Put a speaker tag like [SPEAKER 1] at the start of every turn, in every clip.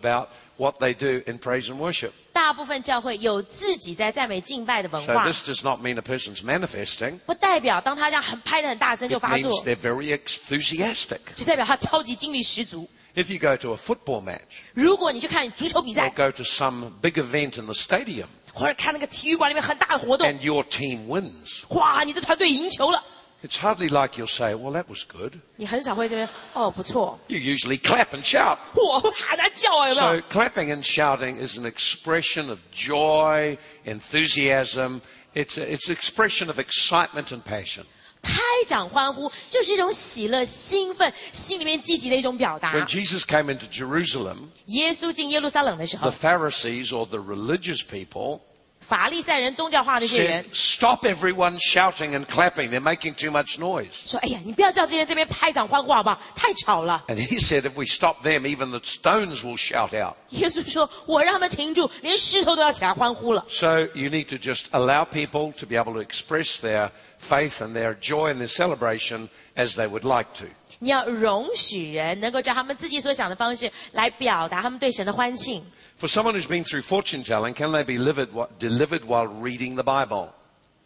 [SPEAKER 1] about what they do in praise and worship.
[SPEAKER 2] 大部分教会有自己在赞美敬拜的文
[SPEAKER 1] So
[SPEAKER 2] 化，
[SPEAKER 1] this does not mean a person's manifesting.
[SPEAKER 2] 不代表当他这样很拍的很大声就
[SPEAKER 1] It
[SPEAKER 2] 发作
[SPEAKER 1] means，they're very enthusiastic.
[SPEAKER 2] 就代表他超级精力十足。
[SPEAKER 1] If you go to a football match
[SPEAKER 2] 如果你去看足球比
[SPEAKER 1] or
[SPEAKER 2] 赛，
[SPEAKER 1] go to some big event in the stadium
[SPEAKER 2] 或者看那个体育馆里面很大的活动，
[SPEAKER 1] and your team wins,
[SPEAKER 2] 哇，你的团队赢球了，
[SPEAKER 1] it's hardly like you'll say, well, that was good.
[SPEAKER 2] 你很少会这边哦不错，
[SPEAKER 1] You usually clap and shout.
[SPEAKER 2] 我会喊他叫啊，有没
[SPEAKER 1] So
[SPEAKER 2] 有？
[SPEAKER 1] clapping and shouting is an expression of joy, enthusiasm. It's, a, it's an expression of excitement and passion.
[SPEAKER 2] 拍掌欢呼就是一种喜乐、兴奋、心里面积极的一种表达。
[SPEAKER 1] When Jesus came into Jerusalem,
[SPEAKER 2] 耶稣进耶路撒冷的时
[SPEAKER 1] the
[SPEAKER 2] 候，
[SPEAKER 1] Pharisees or the religious people
[SPEAKER 2] 法利赛人、宗教化那些人
[SPEAKER 1] said, stop everyone shouting and clapping. They're making too much noise.
[SPEAKER 2] 说：“哎呀，你不要叫这些人这边拍掌欢呼好不好？太吵了。
[SPEAKER 1] And he said, if we stop them, even the stones will shout out. ”
[SPEAKER 2] 耶稣说：“我让他们停住，连石头都要起来欢呼了。
[SPEAKER 1] So you need to just allow people to be able to express their faith and their joy and their celebration as they would like to.
[SPEAKER 2] 你要容许人能够照他们自己所想的方式来表达他们对神的欢庆。
[SPEAKER 1] For someone who's been through fortune telling, can they be delivered, wh- delivered while reading the Bible?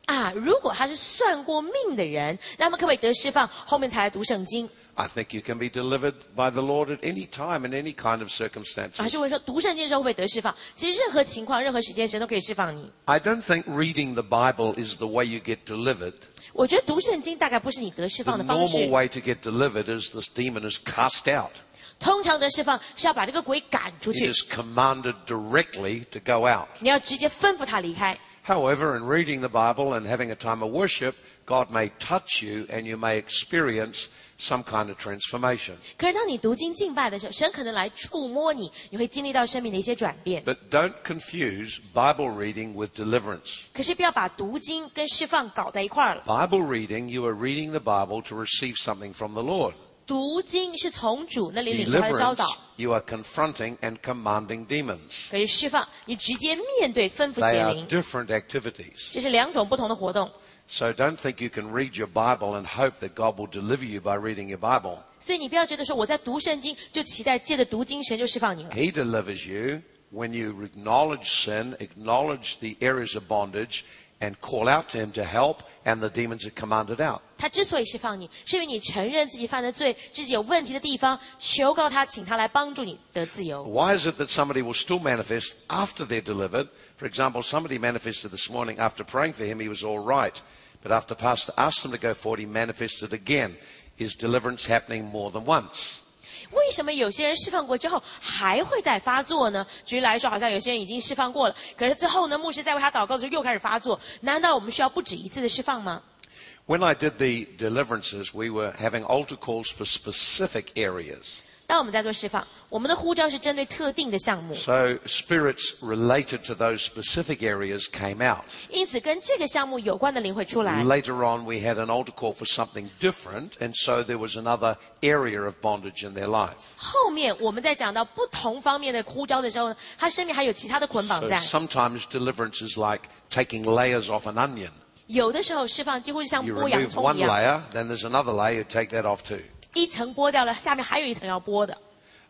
[SPEAKER 2] 啊，如果他是算过命的人，那他们可不可以得释放？后面才来读圣经？
[SPEAKER 1] I think you can be delivered by the Lord at any time in any kind of
[SPEAKER 2] 还
[SPEAKER 1] circumstances.
[SPEAKER 2] 啊是会说读圣经的时候会不会得释放？其实任何情况、任何时间，神都可以释放你。
[SPEAKER 1] I don't think reading the Bible is the way you get delivered.
[SPEAKER 2] 我觉得读圣经大概不是你得释
[SPEAKER 1] The
[SPEAKER 2] 放的方
[SPEAKER 1] normal
[SPEAKER 2] 式。
[SPEAKER 1] way to get delivered is this demon is cast out.
[SPEAKER 2] 通常得释放是要把这个鬼赶出
[SPEAKER 1] It
[SPEAKER 2] 去，
[SPEAKER 1] is commanded directly to go out.
[SPEAKER 2] 你要直接吩咐他离开。
[SPEAKER 1] However, in reading the Bible and having a time of worship, God may touch you and you may experience some kind of transformation.
[SPEAKER 2] 可是当你读经敬拜的时候，神可能来触摸你，你会经历到生命的一些转变。
[SPEAKER 1] But don't confuse Bible reading with deliverance.
[SPEAKER 2] 可是不要把读经跟释放搞在一块儿了。
[SPEAKER 1] Bible reading, you are reading the Bible to receive something from the Lord.
[SPEAKER 2] 读经是从主那里领受他的教
[SPEAKER 1] Deliverance,
[SPEAKER 2] 导，
[SPEAKER 1] you are confronting and commanding demons.
[SPEAKER 2] 可是释放你直接面对吩咐
[SPEAKER 1] They
[SPEAKER 2] 邪
[SPEAKER 1] are
[SPEAKER 2] 灵，
[SPEAKER 1] different activities.
[SPEAKER 2] 这是两种不同的活动。
[SPEAKER 1] So don't think you can read your Bible and hope that God will deliver you by reading your Bible.
[SPEAKER 2] 所以你不要觉得说我在读圣经就期待借着读经神就释放你了。
[SPEAKER 1] He delivers you when you acknowledge sin, acknowledge the areas of bondage, and call out to Him to help, and the demons are commanded out.
[SPEAKER 2] 他之所以释放你，是因为你承认自己犯的罪，自己有问题的地方，求告他，请他来帮助你得自由。
[SPEAKER 1] Why is it that somebody will still manifest after they're delivered? For example, somebody manifested this morning after praying for him, he was all right. But after Pastor asked him to go forward, he manifested again. Is deliverance happening more than once?
[SPEAKER 2] 为什么有些人释放过之后还会再发作呢？举例来说，好像有些人已经释放过了，可是之后呢，牧师在为他祷告的时候又开始发作。难道我们需要不止一次的释放吗？
[SPEAKER 1] When I did the deliverances, we were having altar calls for specific areas.
[SPEAKER 2] 当我们在做释放，我们的呼召是针对特定的项目，
[SPEAKER 1] So spirits related to those specific areas came out.
[SPEAKER 2] 因此跟这个项目有关的灵会出来。
[SPEAKER 1] Later on, we had an altar call for something different, and so there was another area of bondage in their life.
[SPEAKER 2] 后面我们在讲到不同方面的呼召的时候呢，他身边还有其他的捆绑
[SPEAKER 1] So
[SPEAKER 2] 在。
[SPEAKER 1] sometimes deliverance is like taking layers off an onion.
[SPEAKER 2] 有的时候释放几乎就像
[SPEAKER 1] You
[SPEAKER 2] 剥洋
[SPEAKER 1] remove
[SPEAKER 2] 葱
[SPEAKER 1] one
[SPEAKER 2] 一样，
[SPEAKER 1] layer, then there's another layer, you take that off too.
[SPEAKER 2] 一层剥掉了，下面还有一层要剥的。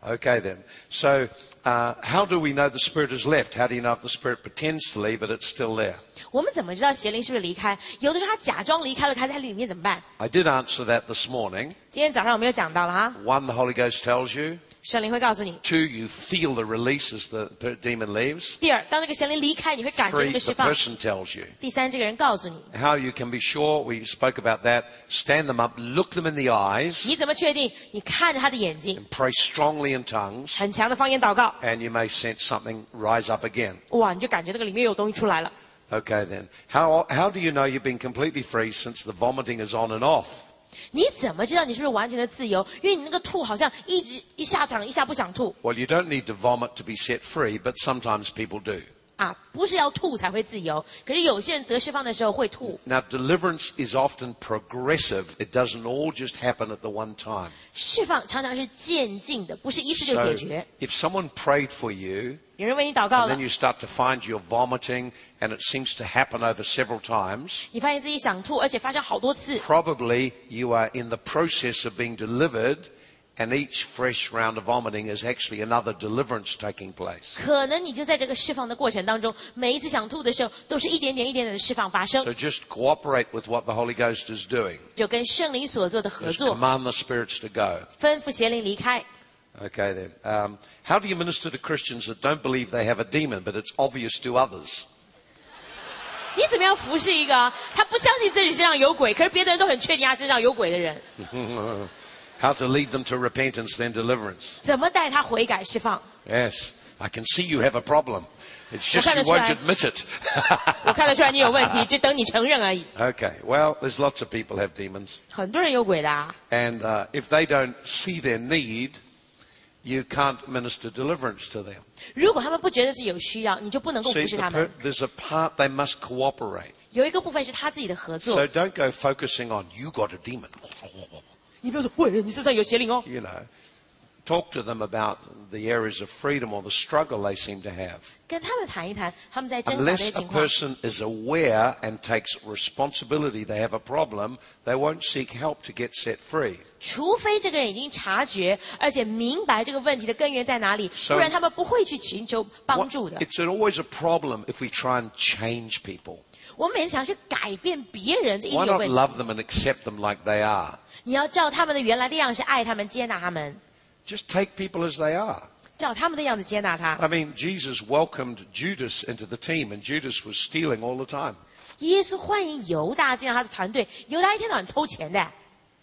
[SPEAKER 1] Okay then. So, uh, how do we know the spirit has left? How do you know if the spirit pretends to leave, but it's still there?
[SPEAKER 2] 我们怎么知道邪灵是不是离开？有的时候他假装离开了，他在里面怎么办？
[SPEAKER 1] I did answer that this morning.
[SPEAKER 2] 今天早上我们有讲到了哈，
[SPEAKER 1] One, the Holy Ghost tells you.
[SPEAKER 2] 神灵会告诉你。
[SPEAKER 1] Two, you feel the release as the per- demon leaves.
[SPEAKER 2] 第二，当那个神灵离开，你会感觉那
[SPEAKER 1] Three,
[SPEAKER 2] 个释
[SPEAKER 1] the
[SPEAKER 2] 放。
[SPEAKER 1] person tells you.
[SPEAKER 2] 第三，这个人告诉你，
[SPEAKER 1] How you can be sure, we spoke about that. Stand them up, look them in the eyes,
[SPEAKER 2] 你怎么确定？你看着他的眼睛，
[SPEAKER 1] and pray strongly in tongues,
[SPEAKER 2] 很强的方言祷告，
[SPEAKER 1] and you may sense something rise up again.
[SPEAKER 2] 哇，你就感觉那个里面有东西出来了。
[SPEAKER 1] Okay then. How, how do you know you've been completely free since the vomiting is on and off?
[SPEAKER 2] 你怎么知道你是不是完全的自由？因为你那个吐好像一直一下想一下不想吐
[SPEAKER 1] Well, you don't need to vomit to be set free, but sometimes people do.
[SPEAKER 2] 啊，不是要吐才会自由。可是有些人得释放的时候会吐，
[SPEAKER 1] Now, deliverance is often progressive. It doesn't all just happen at the one time.
[SPEAKER 2] 释放常常是渐进的，不是一次就
[SPEAKER 1] So,
[SPEAKER 2] 解决。
[SPEAKER 1] if someone prayed for you,
[SPEAKER 2] 有人为你祷告
[SPEAKER 1] and
[SPEAKER 2] 了
[SPEAKER 1] then，you start to find you're vomiting, and it seems to happen over several times,
[SPEAKER 2] 你发现自己想吐，而且发生好多次，
[SPEAKER 1] probably you are in the process of being delivered and each fresh round of vomiting is actually another deliverance taking place.
[SPEAKER 2] 可能你就在这个释放的过程当中，每一次想吐的时候，都是一点点、一点点的释放发生
[SPEAKER 1] So，just cooperate with what the Holy Ghost is doing.
[SPEAKER 2] 就跟圣灵所做的合
[SPEAKER 1] Just
[SPEAKER 2] 作，
[SPEAKER 1] command the spirits to go.
[SPEAKER 2] 吩咐邪灵离开。
[SPEAKER 1] Okay then. Um, how do you minister to Christians that don't believe they have a demon, but it's obvious to others?
[SPEAKER 2] 你怎么样服侍一个啊他不相信自己身上有鬼，可是别的人都很确定他身上有鬼的人？
[SPEAKER 1] How to lead them to repentance, then deliverance.
[SPEAKER 2] 怎么带他悔改释放？
[SPEAKER 1] Yes. I can see you have a problem. It's just
[SPEAKER 2] Okay,
[SPEAKER 1] you
[SPEAKER 2] that's
[SPEAKER 1] won't
[SPEAKER 2] right.
[SPEAKER 1] admit it.
[SPEAKER 2] 我看得出来你有问题，就等你承认而已。
[SPEAKER 1] okay. Well, there's lots of people have demons.
[SPEAKER 2] 很多人有鬼的、啊，
[SPEAKER 1] And uh, if they don't see their need, you can't minister deliverance to them.
[SPEAKER 2] 如果他们不觉得自己有需要，你就不能够
[SPEAKER 1] See,
[SPEAKER 2] 服侍
[SPEAKER 1] the
[SPEAKER 2] 他
[SPEAKER 1] per-
[SPEAKER 2] 们。
[SPEAKER 1] there's a part they must cooperate.
[SPEAKER 2] 有一个部分是他自己的合
[SPEAKER 1] So
[SPEAKER 2] 作，
[SPEAKER 1] don't go focusing on, you got a demon.
[SPEAKER 2] 你不要说喂，你身上有邪灵哦。
[SPEAKER 1] you know, talk to them about the areas of freedom or the struggle they seem to have.
[SPEAKER 2] 跟他们谈一谈，他们在挣扎的一些
[SPEAKER 1] Unless a
[SPEAKER 2] 情况。
[SPEAKER 1] person is aware and takes responsibility they have a problem, they won't seek help to get set free.
[SPEAKER 2] 除非这个人已经察觉，而且明白这个问题的根源在哪里，
[SPEAKER 1] So-
[SPEAKER 2] 不然他们不会去寻求帮
[SPEAKER 1] What-
[SPEAKER 2] 助的。
[SPEAKER 1] it's an- always a problem if we try and change people.
[SPEAKER 2] 我们每次想去改变别人，这一定
[SPEAKER 1] Why
[SPEAKER 2] 有
[SPEAKER 1] not
[SPEAKER 2] 问题。
[SPEAKER 1] love them and accept them like they are?
[SPEAKER 2] 你要照他们的原来的样式爱他们，接纳他们，
[SPEAKER 1] Just take people as they are.
[SPEAKER 2] 照他们的样子接纳他。
[SPEAKER 1] I mean, Jesus welcomed Judas into the team, and Judas was stealing all the time.
[SPEAKER 2] 耶稣欢迎犹大进入他的团队，犹大一天到晚偷钱的，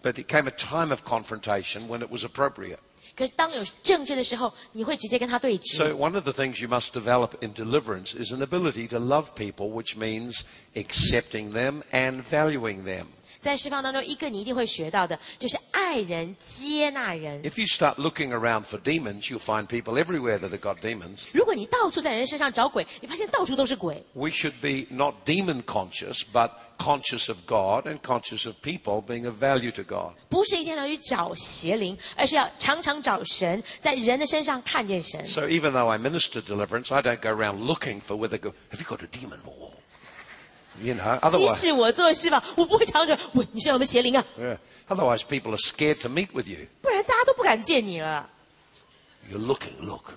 [SPEAKER 1] But it came a time of confrontation when it was appropriate.
[SPEAKER 2] 可是当有正确的时候，你会直接跟他对峙。
[SPEAKER 1] So, one of the things you must develop in deliverance is an ability to love people, which means accepting them and valuing them.
[SPEAKER 2] 在释放当中，一个你一定会学到的就是爱人、接纳人。
[SPEAKER 1] If you start looking around for demons, you'll find people everywhere that have got demons.
[SPEAKER 2] 如果你到处在人身上找鬼，你发现到处都是鬼。
[SPEAKER 1] We should be not demon conscious, but conscious of God and conscious of people being of value to God.
[SPEAKER 2] 不是一天到晚去找邪灵，而是要常常找神，在人的身上看见神。
[SPEAKER 1] So, even though I minister deliverance, I don't go around looking for whether, go, have you got a demon? Oh, You know,
[SPEAKER 2] 即
[SPEAKER 1] otherwise,
[SPEAKER 2] 使我做事吧，我不会常常喂你是有没有邪灵啊，
[SPEAKER 1] yeah, otherwise people are scared to meet with you.
[SPEAKER 2] 不然大家都不敢见你了。
[SPEAKER 1] You're looking, look.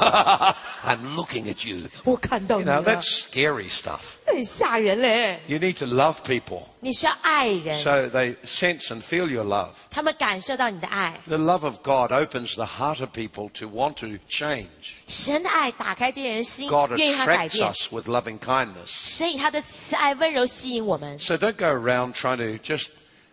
[SPEAKER 1] I'm looking at you.
[SPEAKER 2] 我看到
[SPEAKER 1] You
[SPEAKER 2] 你
[SPEAKER 1] know,
[SPEAKER 2] 了，
[SPEAKER 1] that's scary stuff.
[SPEAKER 2] 很吓人嘞。
[SPEAKER 1] You need to love people
[SPEAKER 2] 你是要爱人，
[SPEAKER 1] so they sense and feel your love.
[SPEAKER 2] 他们感受到你的爱，
[SPEAKER 1] The love of God opens the heart of people to want to change.
[SPEAKER 2] 神的爱打开这些人心
[SPEAKER 1] God，
[SPEAKER 2] 愿意他改
[SPEAKER 1] attracts
[SPEAKER 2] 变。
[SPEAKER 1] us with loving kindness.
[SPEAKER 2] 神以他的慈爱温柔吸引我们，
[SPEAKER 1] So don't go around trying to just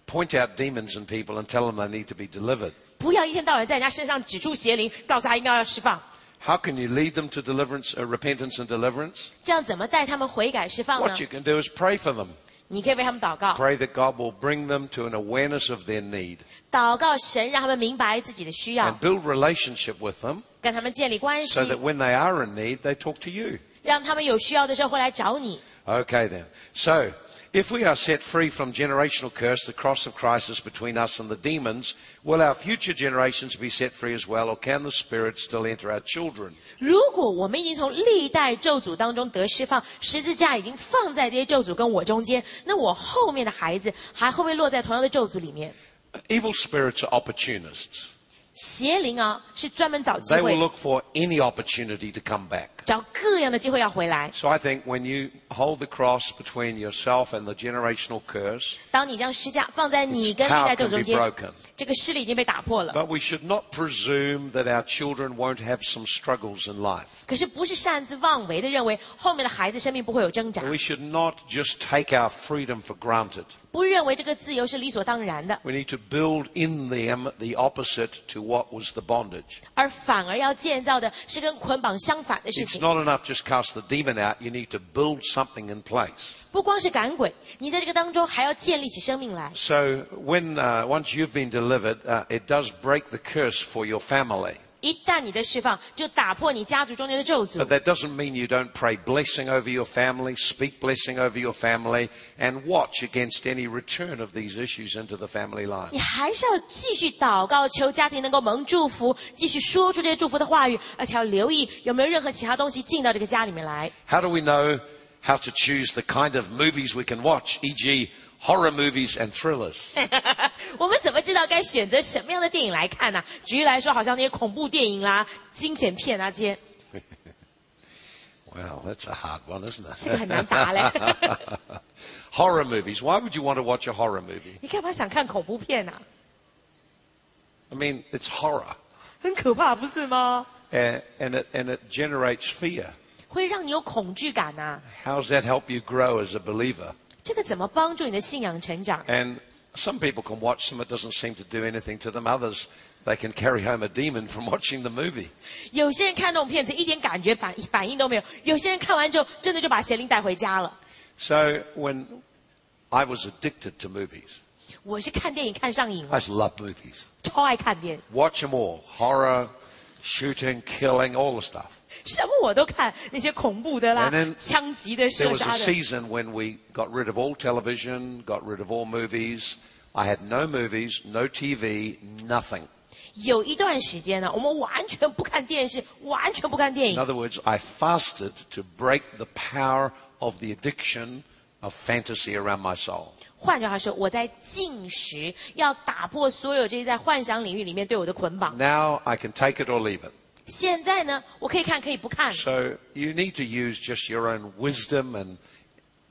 [SPEAKER 1] point out demons in people and tell them they need to be delivered.
[SPEAKER 2] 不要一天到晚在人家身上指出邪灵，告诉他应该要释放。
[SPEAKER 1] How can you lead them to deliverance, uh, repentance and deliverance?
[SPEAKER 2] 这样怎么带他们悔改释放呢
[SPEAKER 1] What you？can do is pray for them.
[SPEAKER 2] 你可以为他们祷告，
[SPEAKER 1] Pray that God will bring them to an awareness of their need
[SPEAKER 2] 祷告神让他们明白自己的需要
[SPEAKER 1] and，build relationship with them
[SPEAKER 2] 跟他们建立关系
[SPEAKER 1] so，that when they are in need, they talk to you.
[SPEAKER 2] 让他们有需要的时候会来找你。
[SPEAKER 1] Okay then. So, if we are set free from generational curse, the cross of Christ is between us and the demons, will our future generations be set free as well, or can the Spirit still enter our children?
[SPEAKER 2] 如果我们已经从历代咒诅当中得释放，十字架已经放在这些咒诅跟我中间，那我后面的孩子还会不会落在同样的咒诅里面？
[SPEAKER 1] Evil spirits are opportunists.
[SPEAKER 2] 邪灵啊，是专门找机
[SPEAKER 1] They will
[SPEAKER 2] 会，
[SPEAKER 1] look for any opportunity to come back.
[SPEAKER 2] 找各样的机会要回来。
[SPEAKER 1] So I think when you hold the cross between yourself and the generational curse,
[SPEAKER 2] 当你将施架放在你
[SPEAKER 1] its
[SPEAKER 2] 跟历代
[SPEAKER 1] power
[SPEAKER 2] 咒
[SPEAKER 1] can
[SPEAKER 2] 中
[SPEAKER 1] be
[SPEAKER 2] 间，
[SPEAKER 1] broken.
[SPEAKER 2] 这个势力已经被打破了。
[SPEAKER 1] But we should not presume that our children won't have some struggles in life.
[SPEAKER 2] 可是不是擅自妄为的认为后面的孩子生命不会有挣扎，
[SPEAKER 1] We should not just take our freedom for granted.
[SPEAKER 2] 不认为这个自由是理所当然的，
[SPEAKER 1] We need to build in them the opposite to what was the bondage.
[SPEAKER 2] 而反而要建造的是跟捆绑相反的事
[SPEAKER 1] It's
[SPEAKER 2] 情。
[SPEAKER 1] not enough just cast the demon out. You need to build something in place.
[SPEAKER 2] 不光是赶鬼，你在这个当中还要建立起生命来。
[SPEAKER 1] So when uh, once you've been delivered, uh, it does break the curse for your family.
[SPEAKER 2] 一旦你的释放，就打破你家族中间的咒诅
[SPEAKER 1] But。that doesn't mean you don't pray blessing over your family, speak blessing over your family, and watch against any return of these issues into the family life.
[SPEAKER 2] 你还是要继续祷告，求家庭能够蒙祝福，继续说出这些祝福的话语，而且要留意有没有任何其他东西进到这个家里面来。
[SPEAKER 1] How do we know how to choose the kind of movies we can watch, e.g., horror movies and thrillers?
[SPEAKER 2] 我们怎么知道该选择什么样的电影来看呢、举例来说，好像那些恐怖电影啦、惊险片啊这些，
[SPEAKER 1] Wow, that's a hard one, isn't it?
[SPEAKER 2] 这个很难答嘞。
[SPEAKER 1] horror movies. Why would you want to watch a horror movie?
[SPEAKER 2] 你干嘛想看恐怖片啊？
[SPEAKER 1] I mean, it's horror,
[SPEAKER 2] 很可怕，不是吗？
[SPEAKER 1] and, and, it, and it generates fear.
[SPEAKER 2] 会让你有恐惧感呐、
[SPEAKER 1] How does that help you grow as a believer?
[SPEAKER 2] 这个怎么帮助你的信仰成长？
[SPEAKER 1] And some people can watch them, it doesn't seem to do anything to them. Others, they can carry home a demon from watching the movie.
[SPEAKER 2] 有些人看那种片子一点感觉反反应都没有，有些人看完之后真的就把邪灵带回家了。
[SPEAKER 1] So when I was addicted to movies,
[SPEAKER 2] 我是看电影看上瘾
[SPEAKER 1] I
[SPEAKER 2] 了，
[SPEAKER 1] just love movies.
[SPEAKER 2] 超爱看电影，
[SPEAKER 1] Watch them all horror, shooting, killing, all the stuff.
[SPEAKER 2] 什么我都看，那些恐怖的啦
[SPEAKER 1] And then，
[SPEAKER 2] 枪击的、
[SPEAKER 1] There
[SPEAKER 2] 射
[SPEAKER 1] was a
[SPEAKER 2] 杀的。
[SPEAKER 1] season when we got rid of all television, got rid of all movies. I had no movies, no TV, nothing.
[SPEAKER 2] 有一段时间呢，我们完全不看电视，完全不看电
[SPEAKER 1] In
[SPEAKER 2] 影。
[SPEAKER 1] other words, I fasted to break the power of the addiction of fantasy around my soul.
[SPEAKER 2] 换句话说，我在进食，要打破所有这些在幻想领域里面对我的捆绑。
[SPEAKER 1] Now I can take it or leave it.
[SPEAKER 2] 现在呢，我可以看，可以不看。
[SPEAKER 1] So you need to use just your own wisdom and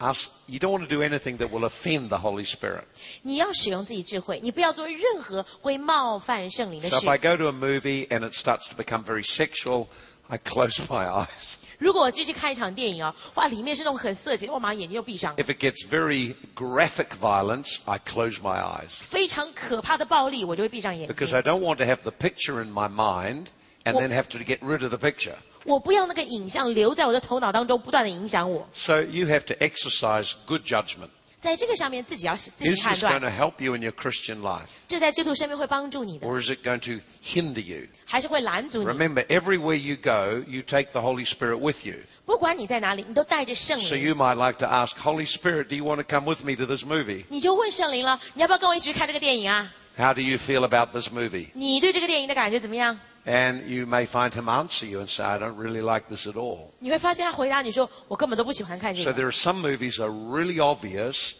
[SPEAKER 1] ask. You don't want to do anything that will offend the Holy Spirit.
[SPEAKER 2] 你要使用自己智慧，你不要做任何会冒犯圣灵的
[SPEAKER 1] So if I
[SPEAKER 2] 事。
[SPEAKER 1] go to a movie and it starts to become very sexual, I close my eyes.
[SPEAKER 2] 如果我继续看一场电影啊，哇，里面是那种很色情，我马上眼睛就闭上。
[SPEAKER 1] If it gets very graphic violence, I close my eyes
[SPEAKER 2] 非常可怕的暴力，我就会闭上眼
[SPEAKER 1] because
[SPEAKER 2] 睛。
[SPEAKER 1] I don't want to have the picture in my mind and
[SPEAKER 2] Well-
[SPEAKER 1] then have to get rid of the picture.
[SPEAKER 2] 我不要那个影像留在我的头脑当中，不断的影响我。
[SPEAKER 1] So you have to exercise good judgment.
[SPEAKER 2] 在这个上面自己要自己
[SPEAKER 1] Is
[SPEAKER 2] 判
[SPEAKER 1] this going
[SPEAKER 2] 断，
[SPEAKER 1] to help you in your Christian life
[SPEAKER 2] 这在基督生命会帮助你的，
[SPEAKER 1] or is it going to hinder you?
[SPEAKER 2] 还是会拦阻你。
[SPEAKER 1] Remember, everywhere you go, you take the Holy Spirit with you.
[SPEAKER 2] 不管你在哪里，你都带着圣
[SPEAKER 1] So
[SPEAKER 2] 灵。
[SPEAKER 1] you might like to ask, Holy Spirit, do you want to come with me to this movie?
[SPEAKER 2] 你就问圣灵了，你要不要跟我一起去看这个电影啊？
[SPEAKER 1] How do you feel about this movie?
[SPEAKER 2] 你对这个电影的感觉怎么样？
[SPEAKER 1] And you may find him answer you and say, I don't really like this at all.
[SPEAKER 2] 你会发现他回答你说：“我根本都不喜欢看这
[SPEAKER 1] So
[SPEAKER 2] 个。
[SPEAKER 1] there are some movies that are really obvious.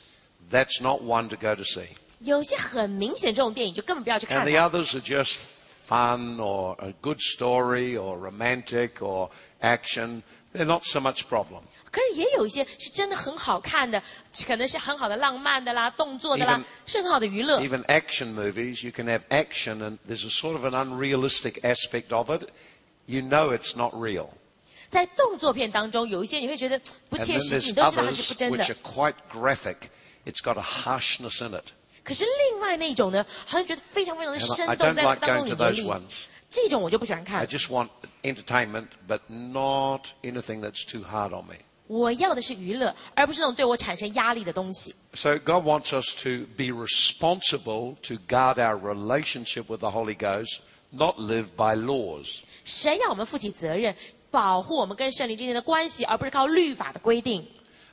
[SPEAKER 1] That's not one to go to see. ”
[SPEAKER 2] 有些很明显这种电影就根本不要去看
[SPEAKER 1] And
[SPEAKER 2] 它
[SPEAKER 1] the others are just fun or a good story or romantic or action. They're not so much problem.
[SPEAKER 2] 可是也有一些是真的很好看的，可能是很好的浪漫的啦、动作的啦
[SPEAKER 1] Even-
[SPEAKER 2] 是很好的娱乐。
[SPEAKER 1] Even action movies, you can have action and there's a sort of an unrealistic aspect of it. You know it's not real.
[SPEAKER 2] 在动作片当中，有一些你会觉得嘖不
[SPEAKER 1] And
[SPEAKER 2] 切
[SPEAKER 1] then
[SPEAKER 2] 实际，你
[SPEAKER 1] there's
[SPEAKER 2] 都知道它是不
[SPEAKER 1] others
[SPEAKER 2] 真
[SPEAKER 1] which are
[SPEAKER 2] 的。
[SPEAKER 1] quite graphic. It's got a harshness in it.
[SPEAKER 2] 可是另外那种呢，好像觉得非常非常的
[SPEAKER 1] And I-
[SPEAKER 2] 生
[SPEAKER 1] I
[SPEAKER 2] 动，
[SPEAKER 1] don't
[SPEAKER 2] 在那
[SPEAKER 1] like
[SPEAKER 2] 当
[SPEAKER 1] going to
[SPEAKER 2] 中你
[SPEAKER 1] those
[SPEAKER 2] 经历，
[SPEAKER 1] ones.
[SPEAKER 2] 这种我就不喜欢
[SPEAKER 1] I
[SPEAKER 2] 看。
[SPEAKER 1] just want entertainment, but not anything that's too hard on me.
[SPEAKER 2] 我要的是娱乐，而不是那种对我产生压力的东西。
[SPEAKER 1] So God wants us to be responsible to guard our relationship with the Holy Ghost, not live by laws.
[SPEAKER 2] 神要我们负起责任，保护我们跟圣灵之间的关系，而不是靠律法的规定。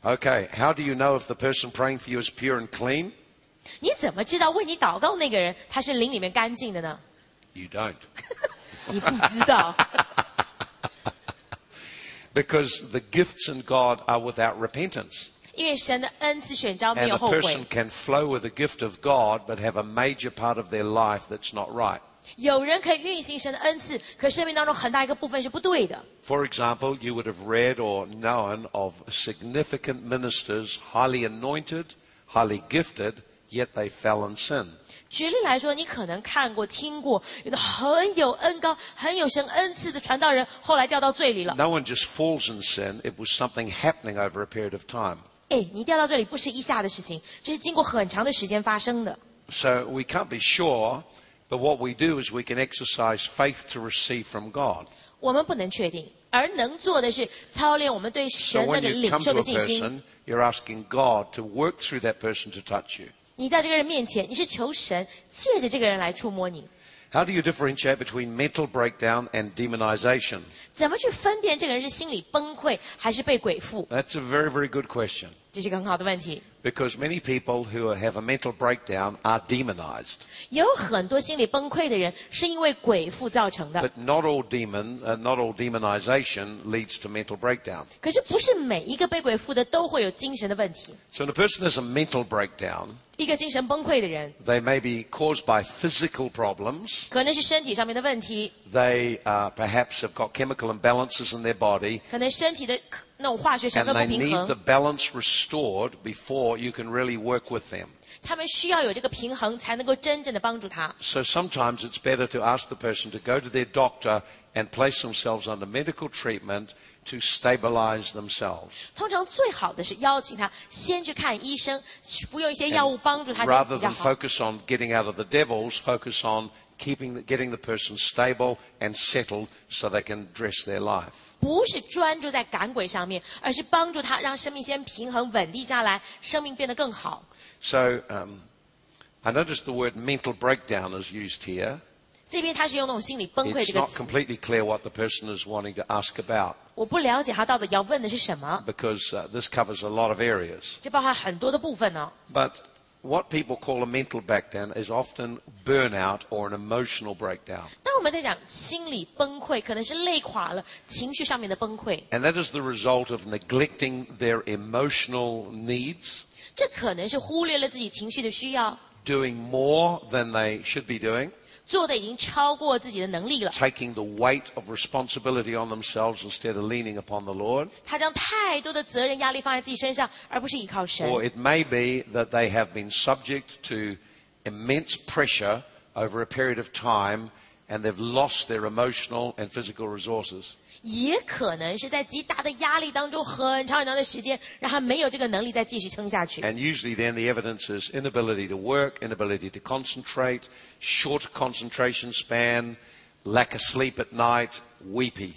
[SPEAKER 1] Okay, how do you know if the person praying for you is pure and clean?
[SPEAKER 2] 你怎么知道为你祷告那个人他是灵里面干净的呢？
[SPEAKER 1] You don't.
[SPEAKER 2] 你不知道，
[SPEAKER 1] Because the gifts in God are without repentance.
[SPEAKER 2] 因为神的恩赐选召没
[SPEAKER 1] And
[SPEAKER 2] 有
[SPEAKER 1] a
[SPEAKER 2] 后
[SPEAKER 1] person
[SPEAKER 2] 悔。
[SPEAKER 1] can flow with the gift of God, but have a major part of their life that's not right.
[SPEAKER 2] 有人可以运行神的恩赐，可生命当中很大一个部分是不对的。
[SPEAKER 1] For example, you would have read or known of significant ministers, highly anointed, highly gifted, yet they fell in sin.
[SPEAKER 2] 举例来说，你可能看过、听过，有的很有恩高、很有神恩赐的传道人，后来掉到罪里了。
[SPEAKER 1] No one just falls in sin. It was something happening over a period of time.
[SPEAKER 2] 哎，你掉到这里不是一下的事情，这是经过很长的时间发生的。
[SPEAKER 1] So we can't be sure, but what we do is we can exercise faith to receive from God.
[SPEAKER 2] 我们不能确定，而能做的是操练我们对
[SPEAKER 1] So
[SPEAKER 2] 神那
[SPEAKER 1] when
[SPEAKER 2] 个
[SPEAKER 1] you
[SPEAKER 2] 领
[SPEAKER 1] come
[SPEAKER 2] 受
[SPEAKER 1] to
[SPEAKER 2] 的
[SPEAKER 1] a
[SPEAKER 2] 信心。
[SPEAKER 1] person, you're asking God to work through that person to touch you.
[SPEAKER 2] 你在这个人面前，你是求神借着这个人来触摸你。
[SPEAKER 1] How do you differentiate between mental breakdown and demonization?
[SPEAKER 2] 怎么去分辨这个人是心理崩溃还是被鬼附？
[SPEAKER 1] That's a very, very good question.
[SPEAKER 2] 这是一个很好的问题。
[SPEAKER 1] Because many people who have a mental breakdown are demonized.
[SPEAKER 2] 也有很多心理崩溃的人是因为鬼附造成的，
[SPEAKER 1] But not all demon, uh, not all demonization leads to mental breakdown.
[SPEAKER 2] 可是不是每一个被鬼附的都会有精神的问题。
[SPEAKER 1] So when a person has a mental breakdown,
[SPEAKER 2] 一个精神崩溃的人，
[SPEAKER 1] they may be caused by physical problems.
[SPEAKER 2] 可能是身体上面的问题，
[SPEAKER 1] They uh, perhaps have got chemical imbalances in their body
[SPEAKER 2] 可能身体的可那种化学成
[SPEAKER 1] and
[SPEAKER 2] 分
[SPEAKER 1] they
[SPEAKER 2] 不平
[SPEAKER 1] need the
[SPEAKER 2] 衡，
[SPEAKER 1] balance restored before you can really work with them.
[SPEAKER 2] 他们需要有这个平衡才能够真正的帮助他。
[SPEAKER 1] So sometimes it's better to ask the person to go to their doctor and place themselves under medical treatment to stabilize themselves
[SPEAKER 2] 通常最好的是邀请他先去看医生，服用一些药物帮助他先
[SPEAKER 1] rather
[SPEAKER 2] 比较
[SPEAKER 1] than
[SPEAKER 2] 好。
[SPEAKER 1] focus on getting out of the devils, focus on keeping the, getting the person stable and settled so they can dress their life.
[SPEAKER 2] 不是专注在赶鬼上面，而是帮助他让生命先平衡稳定下来，生命变得更好。
[SPEAKER 1] So um, I noticed the word mental breakdown is used here.
[SPEAKER 2] 这边他是用那种心理崩溃
[SPEAKER 1] It's
[SPEAKER 2] 这个
[SPEAKER 1] not
[SPEAKER 2] 词，
[SPEAKER 1] completely clear what the person is wanting to ask about
[SPEAKER 2] 我不了解他到底要问的是什么，
[SPEAKER 1] because uh, this covers a lot of areas.
[SPEAKER 2] 这包含很多的部分哦呢、
[SPEAKER 1] But what people call a mental breakdown is often burnout or an emotional breakdown.
[SPEAKER 2] 当我们在讲心理崩溃，可能是累垮了，情绪上面的崩溃，
[SPEAKER 1] And that is the result of neglecting their emotional needs,
[SPEAKER 2] 这可能是忽略了自己情绪的需要，
[SPEAKER 1] doing more than they should be doing,
[SPEAKER 2] 做的已经超过自己的能力了。
[SPEAKER 1] taking the weight of responsibility on themselves instead of leaning upon the Lord.
[SPEAKER 2] 他将太多的责任压力放在自己身上，而不是依靠神。
[SPEAKER 1] Or it may be that they have been subject to immense pressure over a period of time and they've lost their emotional and physical resources.
[SPEAKER 2] 也可能是在极大的压力当中，很长很长的时间，让他没有这个能力再继续撑下去。
[SPEAKER 1] And usually then the evidence is inability to work, inability to concentrate, short concentration span, lack of sleep at night, weepy.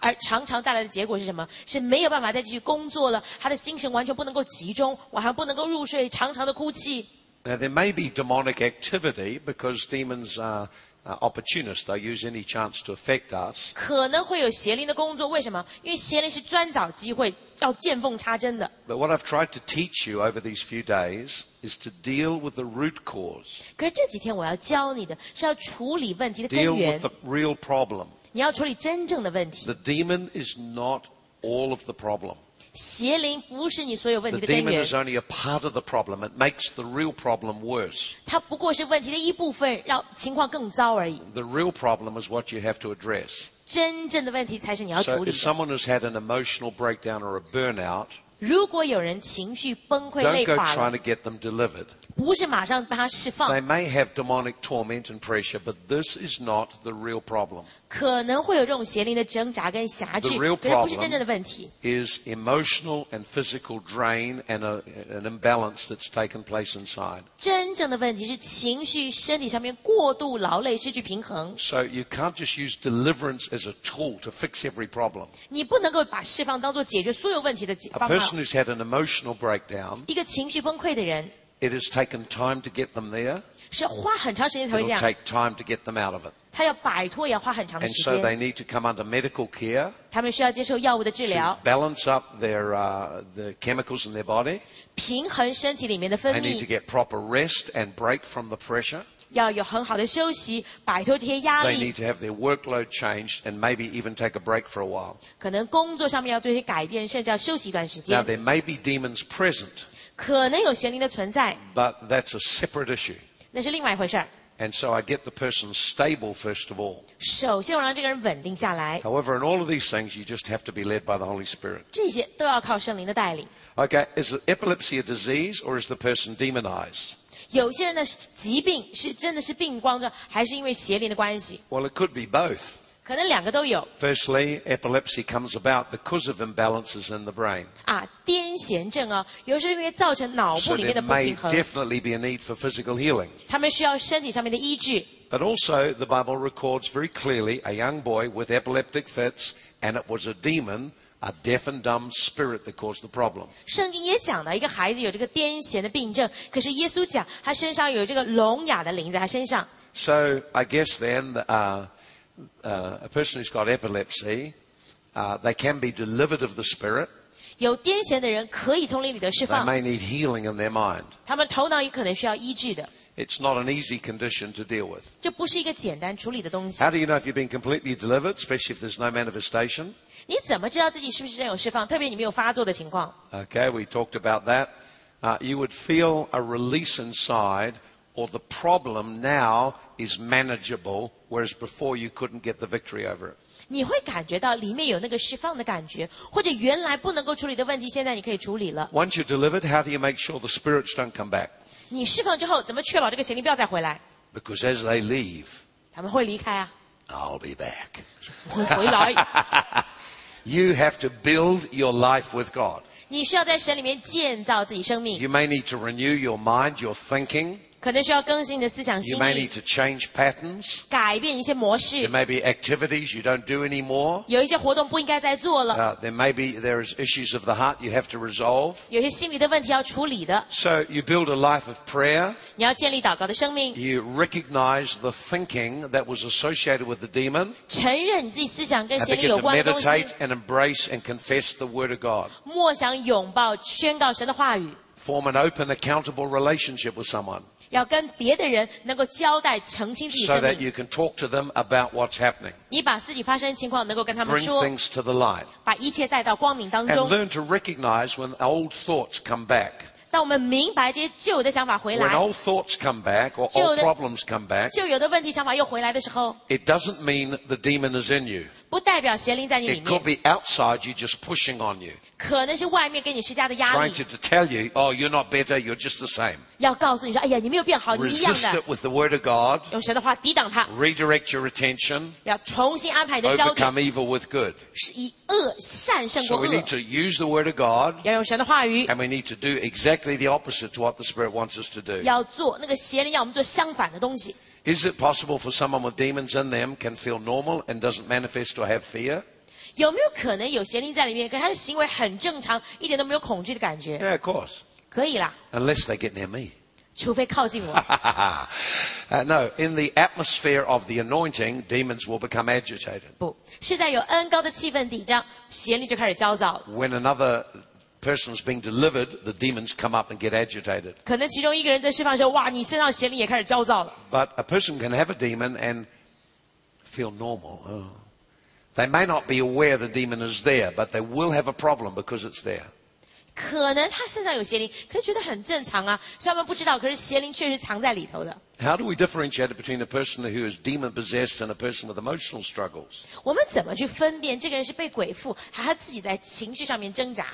[SPEAKER 2] 而常常带来的结果是什么？是没有办法再继续工作了，他的精神完全不能够集中，晚上不能够入睡，常常的哭泣。
[SPEAKER 1] Now there may be demonic activity because demons are uh, opportunists. They use any chance to affect us.
[SPEAKER 2] 可能会有邪灵的工作，为什么？因为邪灵是专找机会，要见缝插针的。
[SPEAKER 1] But what I've tried to teach you over these few days is to deal with the root cause,
[SPEAKER 2] 可是这几天我要教你的是要处理问题的
[SPEAKER 1] deal
[SPEAKER 2] 根源
[SPEAKER 1] with，the real problem.
[SPEAKER 2] 你要处理真正的问题。
[SPEAKER 1] The demon is not all of the problem.
[SPEAKER 2] 邪灵不是你所有问
[SPEAKER 1] The
[SPEAKER 2] 题的根
[SPEAKER 1] demon
[SPEAKER 2] 源
[SPEAKER 1] is，only a part of the problem. It makes the real problem worse.
[SPEAKER 2] 它不过是问题的一部分，让情况更糟而已。
[SPEAKER 1] The real problem is what you have to address.
[SPEAKER 2] 真正的问题才是你要
[SPEAKER 1] So
[SPEAKER 2] 处理
[SPEAKER 1] if
[SPEAKER 2] 的。
[SPEAKER 1] someone has had an emotional breakdown or a burnout,
[SPEAKER 2] 如果有人情绪崩溃
[SPEAKER 1] don't
[SPEAKER 2] 累
[SPEAKER 1] go
[SPEAKER 2] 垮
[SPEAKER 1] trying
[SPEAKER 2] 了，
[SPEAKER 1] to get them delivered.
[SPEAKER 2] 不是马上把他释
[SPEAKER 1] They
[SPEAKER 2] 放，
[SPEAKER 1] may have demonic torment and pressure, but this is not the real problem.
[SPEAKER 2] 可能会有这种邪灵的挣扎跟辖制
[SPEAKER 1] The real，
[SPEAKER 2] 可是不是
[SPEAKER 1] problem-
[SPEAKER 2] 真正的问题。
[SPEAKER 1] Is emotional and physical drain and a, an imbalance that's taken place inside.
[SPEAKER 2] 真正的问题是情绪、身体上面过度劳累，失去平衡。
[SPEAKER 1] So you can't just use deliverance as a tool to fix every problem.
[SPEAKER 2] 你不能够把释放当做解决所有问题的解
[SPEAKER 1] A
[SPEAKER 2] 方
[SPEAKER 1] person
[SPEAKER 2] 法。
[SPEAKER 1] who's had an emotional breakdown,
[SPEAKER 2] 一个情绪崩溃的人，
[SPEAKER 1] it has taken time to get them there.
[SPEAKER 2] 是花很长时间才会这
[SPEAKER 1] It'll
[SPEAKER 2] 样，
[SPEAKER 1] take time to get them out of it.
[SPEAKER 2] 他要摆脱也要花很长的
[SPEAKER 1] And
[SPEAKER 2] 时
[SPEAKER 1] so they
[SPEAKER 2] 间，
[SPEAKER 1] need to come under medical care
[SPEAKER 2] 他们需要接受药物的治
[SPEAKER 1] to
[SPEAKER 2] 疗，
[SPEAKER 1] balance up their uh, the chemicals in their body.
[SPEAKER 2] 平衡身体里面的分
[SPEAKER 1] They need to
[SPEAKER 2] 泌，
[SPEAKER 1] get proper rest and break from the pressure.
[SPEAKER 2] 要有很好的休息，摆脱这些压
[SPEAKER 1] They
[SPEAKER 2] 力
[SPEAKER 1] need，to have their workload changed and maybe even take a break for a while.
[SPEAKER 2] 可能工作上面要做一些改变，甚至要休息一段时
[SPEAKER 1] Now
[SPEAKER 2] 间，
[SPEAKER 1] there may be demons present,
[SPEAKER 2] 可能有邪灵的存在，
[SPEAKER 1] but that's a separate issue.
[SPEAKER 2] 那是另外一回事儿。
[SPEAKER 1] And so I get the person stable first of all.
[SPEAKER 2] 首先，我让这个人稳定下来，
[SPEAKER 1] However, in all of these things, you just have to be led by the Holy Spirit.
[SPEAKER 2] 这些都要靠圣灵的带领。
[SPEAKER 1] Okay, is epilepsy a disease or is the person demonized?
[SPEAKER 2] 有些人的疾病是真的是病光着，还是因为邪灵的关系，
[SPEAKER 1] Well, it could be both.
[SPEAKER 2] 可能两个都有。
[SPEAKER 1] Firstly, epilepsy comes about because of imbalances in the brain.
[SPEAKER 2] 啊，癫痫症啊，有的是因为造成脑部
[SPEAKER 1] So
[SPEAKER 2] 里面的
[SPEAKER 1] there
[SPEAKER 2] 不
[SPEAKER 1] may
[SPEAKER 2] 平衡，
[SPEAKER 1] definitely be a need for physical healing.
[SPEAKER 2] 他们需要身体上面的医治。
[SPEAKER 1] But also, the Bible records very clearly a young boy with epileptic fits, and it was a demon, a deaf and dumb spirit that caused the problem.
[SPEAKER 2] 圣经也讲到一个孩子有这个癫痫的病症，可是耶稣讲他身上有这个聋哑的灵在他身上，
[SPEAKER 1] So I guess then, uh, uh, a person who's got epilepsy, uh, they can be delivered of the spirit,
[SPEAKER 2] 有癫痫的人可以从灵里得释
[SPEAKER 1] They
[SPEAKER 2] 放，
[SPEAKER 1] may need healing in their mind.
[SPEAKER 2] 他们头脑也可能需要医治的，
[SPEAKER 1] It's not an easy condition to deal with.
[SPEAKER 2] 这不是一个简单处理的东西
[SPEAKER 1] How。do you know if you've been completely delivered, especially if there's no manifestation?
[SPEAKER 2] 你怎么知道自己是不是真有释放？特别你没有发作的情况，
[SPEAKER 1] Okay, we talked about that. Uh, you would feel a release inside, or the problem now is manageable, whereas before you couldn't get the victory over it.
[SPEAKER 2] 你会感觉到里面有那个释放的感觉，或者原来不能够处理的问题，现在你可以处理了。
[SPEAKER 1] Once you're delivered, how do you make sure the spirits don't come back?
[SPEAKER 2] 你释放之后，怎么确保这个邪灵不要再回来？
[SPEAKER 1] Because as they leave,
[SPEAKER 2] 他们会离开啊，
[SPEAKER 1] I'll be back.
[SPEAKER 2] 会回 来。
[SPEAKER 1] You have to build your life with God.
[SPEAKER 2] 你需要在神里面建造自己生命，
[SPEAKER 1] You may need to renew your mind, your thinking.
[SPEAKER 2] 可能需要更新你的思想
[SPEAKER 1] You
[SPEAKER 2] 心
[SPEAKER 1] may
[SPEAKER 2] 意
[SPEAKER 1] need，to change patterns.
[SPEAKER 2] 改变一些模
[SPEAKER 1] There
[SPEAKER 2] 式。
[SPEAKER 1] may be activities you don't do anymore.
[SPEAKER 2] 有一些活动不应该再做了，
[SPEAKER 1] Uh, there may be there is issues of the heart you have to resolve.
[SPEAKER 2] 有些心理的问题要处理的。
[SPEAKER 1] So you build a life of prayer.
[SPEAKER 2] 你要建立祷告的生命，
[SPEAKER 1] You recognize the thinking that was associated with the demon
[SPEAKER 2] 承认你自己思想跟
[SPEAKER 1] and
[SPEAKER 2] 邪灵
[SPEAKER 1] begin
[SPEAKER 2] 有
[SPEAKER 1] to
[SPEAKER 2] 关的东西，
[SPEAKER 1] meditate and embrace and confess the word of God.
[SPEAKER 2] 默想、拥抱、宣告神的话语，
[SPEAKER 1] Form an open, accountable relationship with someone
[SPEAKER 2] 要跟别的人能够交代、澄清自己
[SPEAKER 1] so
[SPEAKER 2] 生
[SPEAKER 1] that
[SPEAKER 2] 命。
[SPEAKER 1] you can talk to them about what's happening.
[SPEAKER 2] 你把自己发生的情况能够跟他们
[SPEAKER 1] Bring
[SPEAKER 2] 说，
[SPEAKER 1] things to the light
[SPEAKER 2] 把一切带到光明当
[SPEAKER 1] and
[SPEAKER 2] 中。
[SPEAKER 1] learn to recognize when old thoughts come back.
[SPEAKER 2] 当我们明白这些旧的想法回
[SPEAKER 1] When
[SPEAKER 2] 来，
[SPEAKER 1] old thoughts come back or
[SPEAKER 2] Jill,
[SPEAKER 1] old
[SPEAKER 2] that-
[SPEAKER 1] problems come back,
[SPEAKER 2] 旧有的问题想法又回来的时候，
[SPEAKER 1] it doesn't mean the demon is in you.
[SPEAKER 2] 不代表邪灵在你里
[SPEAKER 1] It could
[SPEAKER 2] 面，
[SPEAKER 1] be outside you just pushing on you,
[SPEAKER 2] 可能是外面给你施加的压
[SPEAKER 1] trying to，
[SPEAKER 2] 力
[SPEAKER 1] to tell you, oh, you're not better, you're just the same.
[SPEAKER 2] 要告诉你说：“哎呀，你没有变
[SPEAKER 1] Oh,
[SPEAKER 2] 好，你一样
[SPEAKER 1] Resist
[SPEAKER 2] 的。
[SPEAKER 1] it with the word of God. ”
[SPEAKER 2] 用神的话抵挡它，
[SPEAKER 1] Redirect your attention.
[SPEAKER 2] 要重新安排你的焦点，
[SPEAKER 1] Overcome evil with good.
[SPEAKER 2] 是以恶善胜过
[SPEAKER 1] So we
[SPEAKER 2] 恶
[SPEAKER 1] need，to use the word of God
[SPEAKER 2] 要用神的话语，
[SPEAKER 1] and we need to do exactly the opposite to what the Spirit wants us to do.
[SPEAKER 2] 要做那个邪灵要我们做相反的东西。
[SPEAKER 1] Is it possible for someone with demons in them can feel normal and doesn't manifest or have fear?
[SPEAKER 2] 有没有可能有邪灵在里面，可是他的行为很正常，一点都没有恐惧的感觉？
[SPEAKER 1] Yeah, of course.
[SPEAKER 2] 可以啦，
[SPEAKER 1] Unless they get near me.
[SPEAKER 2] 除非靠近我。
[SPEAKER 1] uh, no, in the atmosphere of the anointing, demons will become agitated.
[SPEAKER 2] 不是在有恩高的气氛底下，邪灵就开始焦躁了。
[SPEAKER 1] When another person's being delivered, the demons come up and get agitated.
[SPEAKER 2] 可能其中一个人在释放的时候，哇，你身上邪灵也开始焦躁了。
[SPEAKER 1] But a person can have a demon and feel normal. Oh. They may not be aware the demon is there, but they will have a problem because it's there.
[SPEAKER 2] 可能他身上有邪灵，可是觉得很正常啊，虽然他们不知道，可是邪灵确实藏在里头的。
[SPEAKER 1] How do we differentiate between a person who is demon possessed and a person with emotional struggles?
[SPEAKER 2] 我们怎么去分辨这个人是被鬼附，还是他自己在情绪上面挣扎？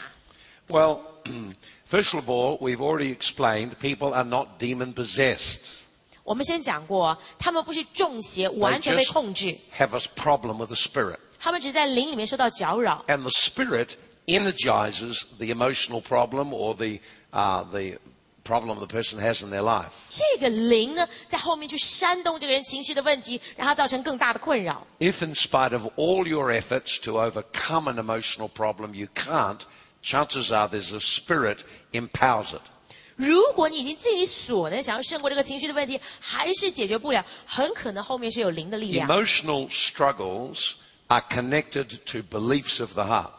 [SPEAKER 1] Well, first of all, we've already explained people are not demon possessed.
[SPEAKER 2] 我们先讲过，他们不是中邪，完全被控制，
[SPEAKER 1] Have a problem with the spirit.
[SPEAKER 2] 他们只是在灵里面受到搅扰，
[SPEAKER 1] And the spirit energizes the emotional problem or the, uh, the problem the person has in their life.
[SPEAKER 2] 这个灵呢，在后面去煽动这个人情绪的问题，让他造成更大的困扰。
[SPEAKER 1] If, in spite of all your efforts to overcome an emotional problem, you can't, chances are there's a spirit empowers it.
[SPEAKER 2] 如果你已经尽你所能想要胜过这个情绪的问题，还是解决不了，很可能后面是有灵的力量。
[SPEAKER 1] Emotional struggles are connected to beliefs of the heart.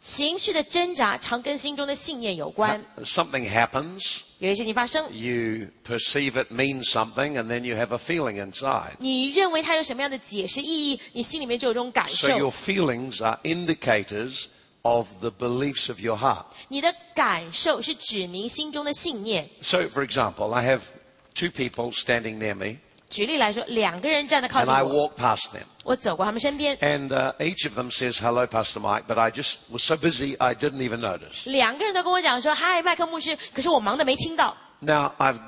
[SPEAKER 2] 情绪的挣扎常跟心中的信念有关，
[SPEAKER 1] Something happens,
[SPEAKER 2] 有一些事情发生，
[SPEAKER 1] you perceive it means something, and then you have a feeling inside.
[SPEAKER 2] 你认为它有什么样的解释意义，你心里面就有这种感
[SPEAKER 1] So
[SPEAKER 2] 受
[SPEAKER 1] your，feelings are indicators of the beliefs of your heart.
[SPEAKER 2] 你的感受是指明心中的信念。
[SPEAKER 1] So, for example, I have two people standing near me,
[SPEAKER 2] 举例来说，两个人站得靠
[SPEAKER 1] and
[SPEAKER 2] 近
[SPEAKER 1] I
[SPEAKER 2] 我，
[SPEAKER 1] walk past them.
[SPEAKER 2] 我走过他们身边，
[SPEAKER 1] And uh, each of them says, hello, Pastor Mike, but I just was so busy I didn't even notice.
[SPEAKER 2] 两个人都跟我讲说：“嗨，麦克牧师。”可是我忙得没听到。
[SPEAKER 1] Now, I've,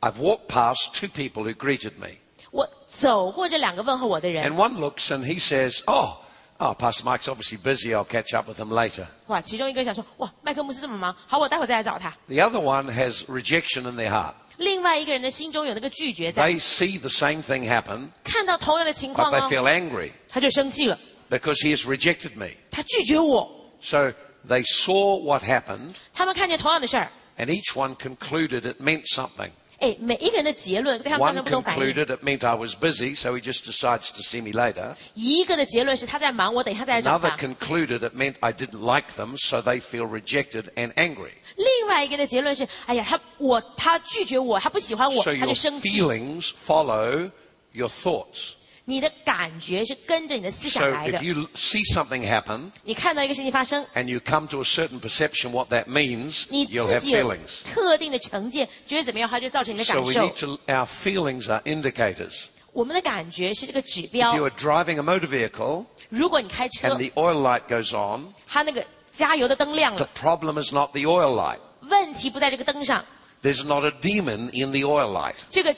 [SPEAKER 1] I've walked past two people who greeted me.
[SPEAKER 2] 我走过这两个问候我的人，
[SPEAKER 1] And one looks and he says, oh, oh, Pastor Mike's obviously busy. I'll catch up with him later.
[SPEAKER 2] 哇，其中一个想说：“哇，麦克牧师这么忙，好，我待会再来找他。
[SPEAKER 1] The other one has rejection in their heart. ”
[SPEAKER 2] 另外一个人的心中有那个拒绝在，
[SPEAKER 1] They see the same thing happen,
[SPEAKER 2] 看到同样的情
[SPEAKER 1] but
[SPEAKER 2] 况
[SPEAKER 1] they
[SPEAKER 2] 哦，
[SPEAKER 1] feel angry
[SPEAKER 2] 他就生气了，
[SPEAKER 1] because he has rejected me.
[SPEAKER 2] 他拒绝我。
[SPEAKER 1] So they saw what happened
[SPEAKER 2] 他们看见同样的事儿，
[SPEAKER 1] and each one concluded it meant something.
[SPEAKER 2] 哎，每一个人的结论跟他们刚才
[SPEAKER 1] One
[SPEAKER 2] 不同反应。
[SPEAKER 1] concluded it meant I was busy, so he just decides to see me later.
[SPEAKER 2] 一个的结论是他在忙，我等一下再来找
[SPEAKER 1] Another
[SPEAKER 2] 他。
[SPEAKER 1] concluded it meant I didn't like them, so they feel rejected and angry.
[SPEAKER 2] 另外一个的结论是，哎呀，他我他拒绝我，他不喜欢我，
[SPEAKER 1] So your
[SPEAKER 2] 他就生气。
[SPEAKER 1] feelings follow your thoughts.
[SPEAKER 2] 你的感觉是跟着你的思想
[SPEAKER 1] So
[SPEAKER 2] 来的
[SPEAKER 1] if。you see something happen
[SPEAKER 2] 你看到一个事情发生，
[SPEAKER 1] and you come to a certain perception what that means,
[SPEAKER 2] 你
[SPEAKER 1] you'll
[SPEAKER 2] 自
[SPEAKER 1] have
[SPEAKER 2] 己有
[SPEAKER 1] feelings.
[SPEAKER 2] 特定的成见，觉得怎么样，它就造成你的
[SPEAKER 1] So
[SPEAKER 2] 感
[SPEAKER 1] we
[SPEAKER 2] 受
[SPEAKER 1] need。to, our feelings are indicators.
[SPEAKER 2] 我们的感觉是这个指
[SPEAKER 1] If
[SPEAKER 2] 标
[SPEAKER 1] you。are driving a motor vehicle
[SPEAKER 2] 如果你开车
[SPEAKER 1] and，the oil light goes on,
[SPEAKER 2] 它那个加油的灯亮
[SPEAKER 1] the
[SPEAKER 2] 了，
[SPEAKER 1] problem is not the oil light.
[SPEAKER 2] 问题不在这个灯上，
[SPEAKER 1] There's not a demon in the oil light.
[SPEAKER 2] 这个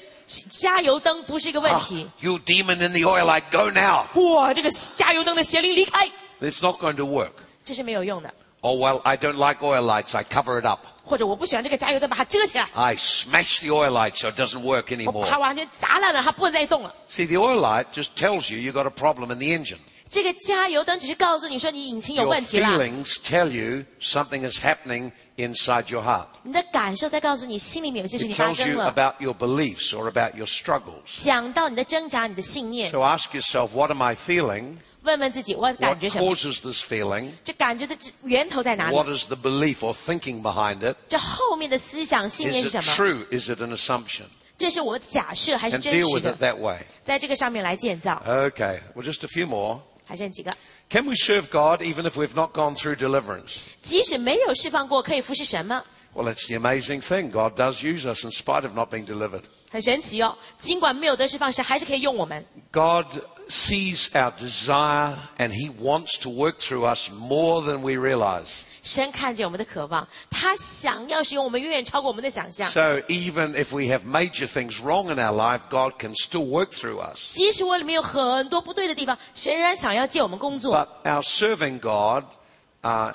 [SPEAKER 2] 加油灯不是一个问
[SPEAKER 1] Ah,
[SPEAKER 2] 题。
[SPEAKER 1] you demon in the oil light, go now.
[SPEAKER 2] 哇，这个加油灯的邪灵离开，
[SPEAKER 1] It's not going to work.
[SPEAKER 2] 这是没有用的。
[SPEAKER 1] Oh, well, I don't like oil lights. I cover it up.
[SPEAKER 2] 或者我不喜欢这个加油灯，把它遮起来，
[SPEAKER 1] I smash the oil light so it doesn't work
[SPEAKER 2] 我
[SPEAKER 1] anymore.
[SPEAKER 2] 把它完全砸烂了，它不能再动了。
[SPEAKER 1] See, the oil light just tells you you've got a problem in the engine.
[SPEAKER 2] 这个加油灯只是告诉你说你引擎有
[SPEAKER 1] Your
[SPEAKER 2] 问题了，
[SPEAKER 1] feelings tell you something is happening inside your heart.
[SPEAKER 2] 你的感受在告诉你心里面有些事
[SPEAKER 1] It
[SPEAKER 2] 情发
[SPEAKER 1] tells
[SPEAKER 2] 生
[SPEAKER 1] you
[SPEAKER 2] 了。
[SPEAKER 1] about your beliefs or about your struggles.
[SPEAKER 2] 讲到你的挣扎、你的信念，
[SPEAKER 1] So ask yourself, what am I feeling?
[SPEAKER 2] 问问自己，我感
[SPEAKER 1] What
[SPEAKER 2] 觉什么？
[SPEAKER 1] causes this feeling?
[SPEAKER 2] 这感觉的源头在哪里？
[SPEAKER 1] What is the belief or thinking behind it?
[SPEAKER 2] 这后面的思想信念是
[SPEAKER 1] Is
[SPEAKER 2] 什
[SPEAKER 1] it
[SPEAKER 2] 么？
[SPEAKER 1] true? Is it an assumption?
[SPEAKER 2] 这是我的假设还是
[SPEAKER 1] And
[SPEAKER 2] 真
[SPEAKER 1] deal
[SPEAKER 2] 实
[SPEAKER 1] with
[SPEAKER 2] 的
[SPEAKER 1] it？that way.
[SPEAKER 2] 在这个上面来建造，
[SPEAKER 1] Okay, well, just a few more.
[SPEAKER 2] 还剩几个？
[SPEAKER 1] Can we serve God even if we've not gone through deliverance?
[SPEAKER 2] 即使没有释放过，可以服侍神吗？
[SPEAKER 1] Well, that's the amazing thing. God does use us in spite of not being delivered.
[SPEAKER 2] 很神奇哦，尽管没有得释放，神还是可以用我们。
[SPEAKER 1] God sees our desire and He wants to work through us more than we realize.
[SPEAKER 2] 神看见我们的渴望，他想要使用我们，远远超过我们的想象。
[SPEAKER 1] So even if we have major things wrong in our life, God can still work through us.
[SPEAKER 2] 即使我里面有很多不对的地方，神仍然想要借我们工作。
[SPEAKER 1] But our serving God, uh,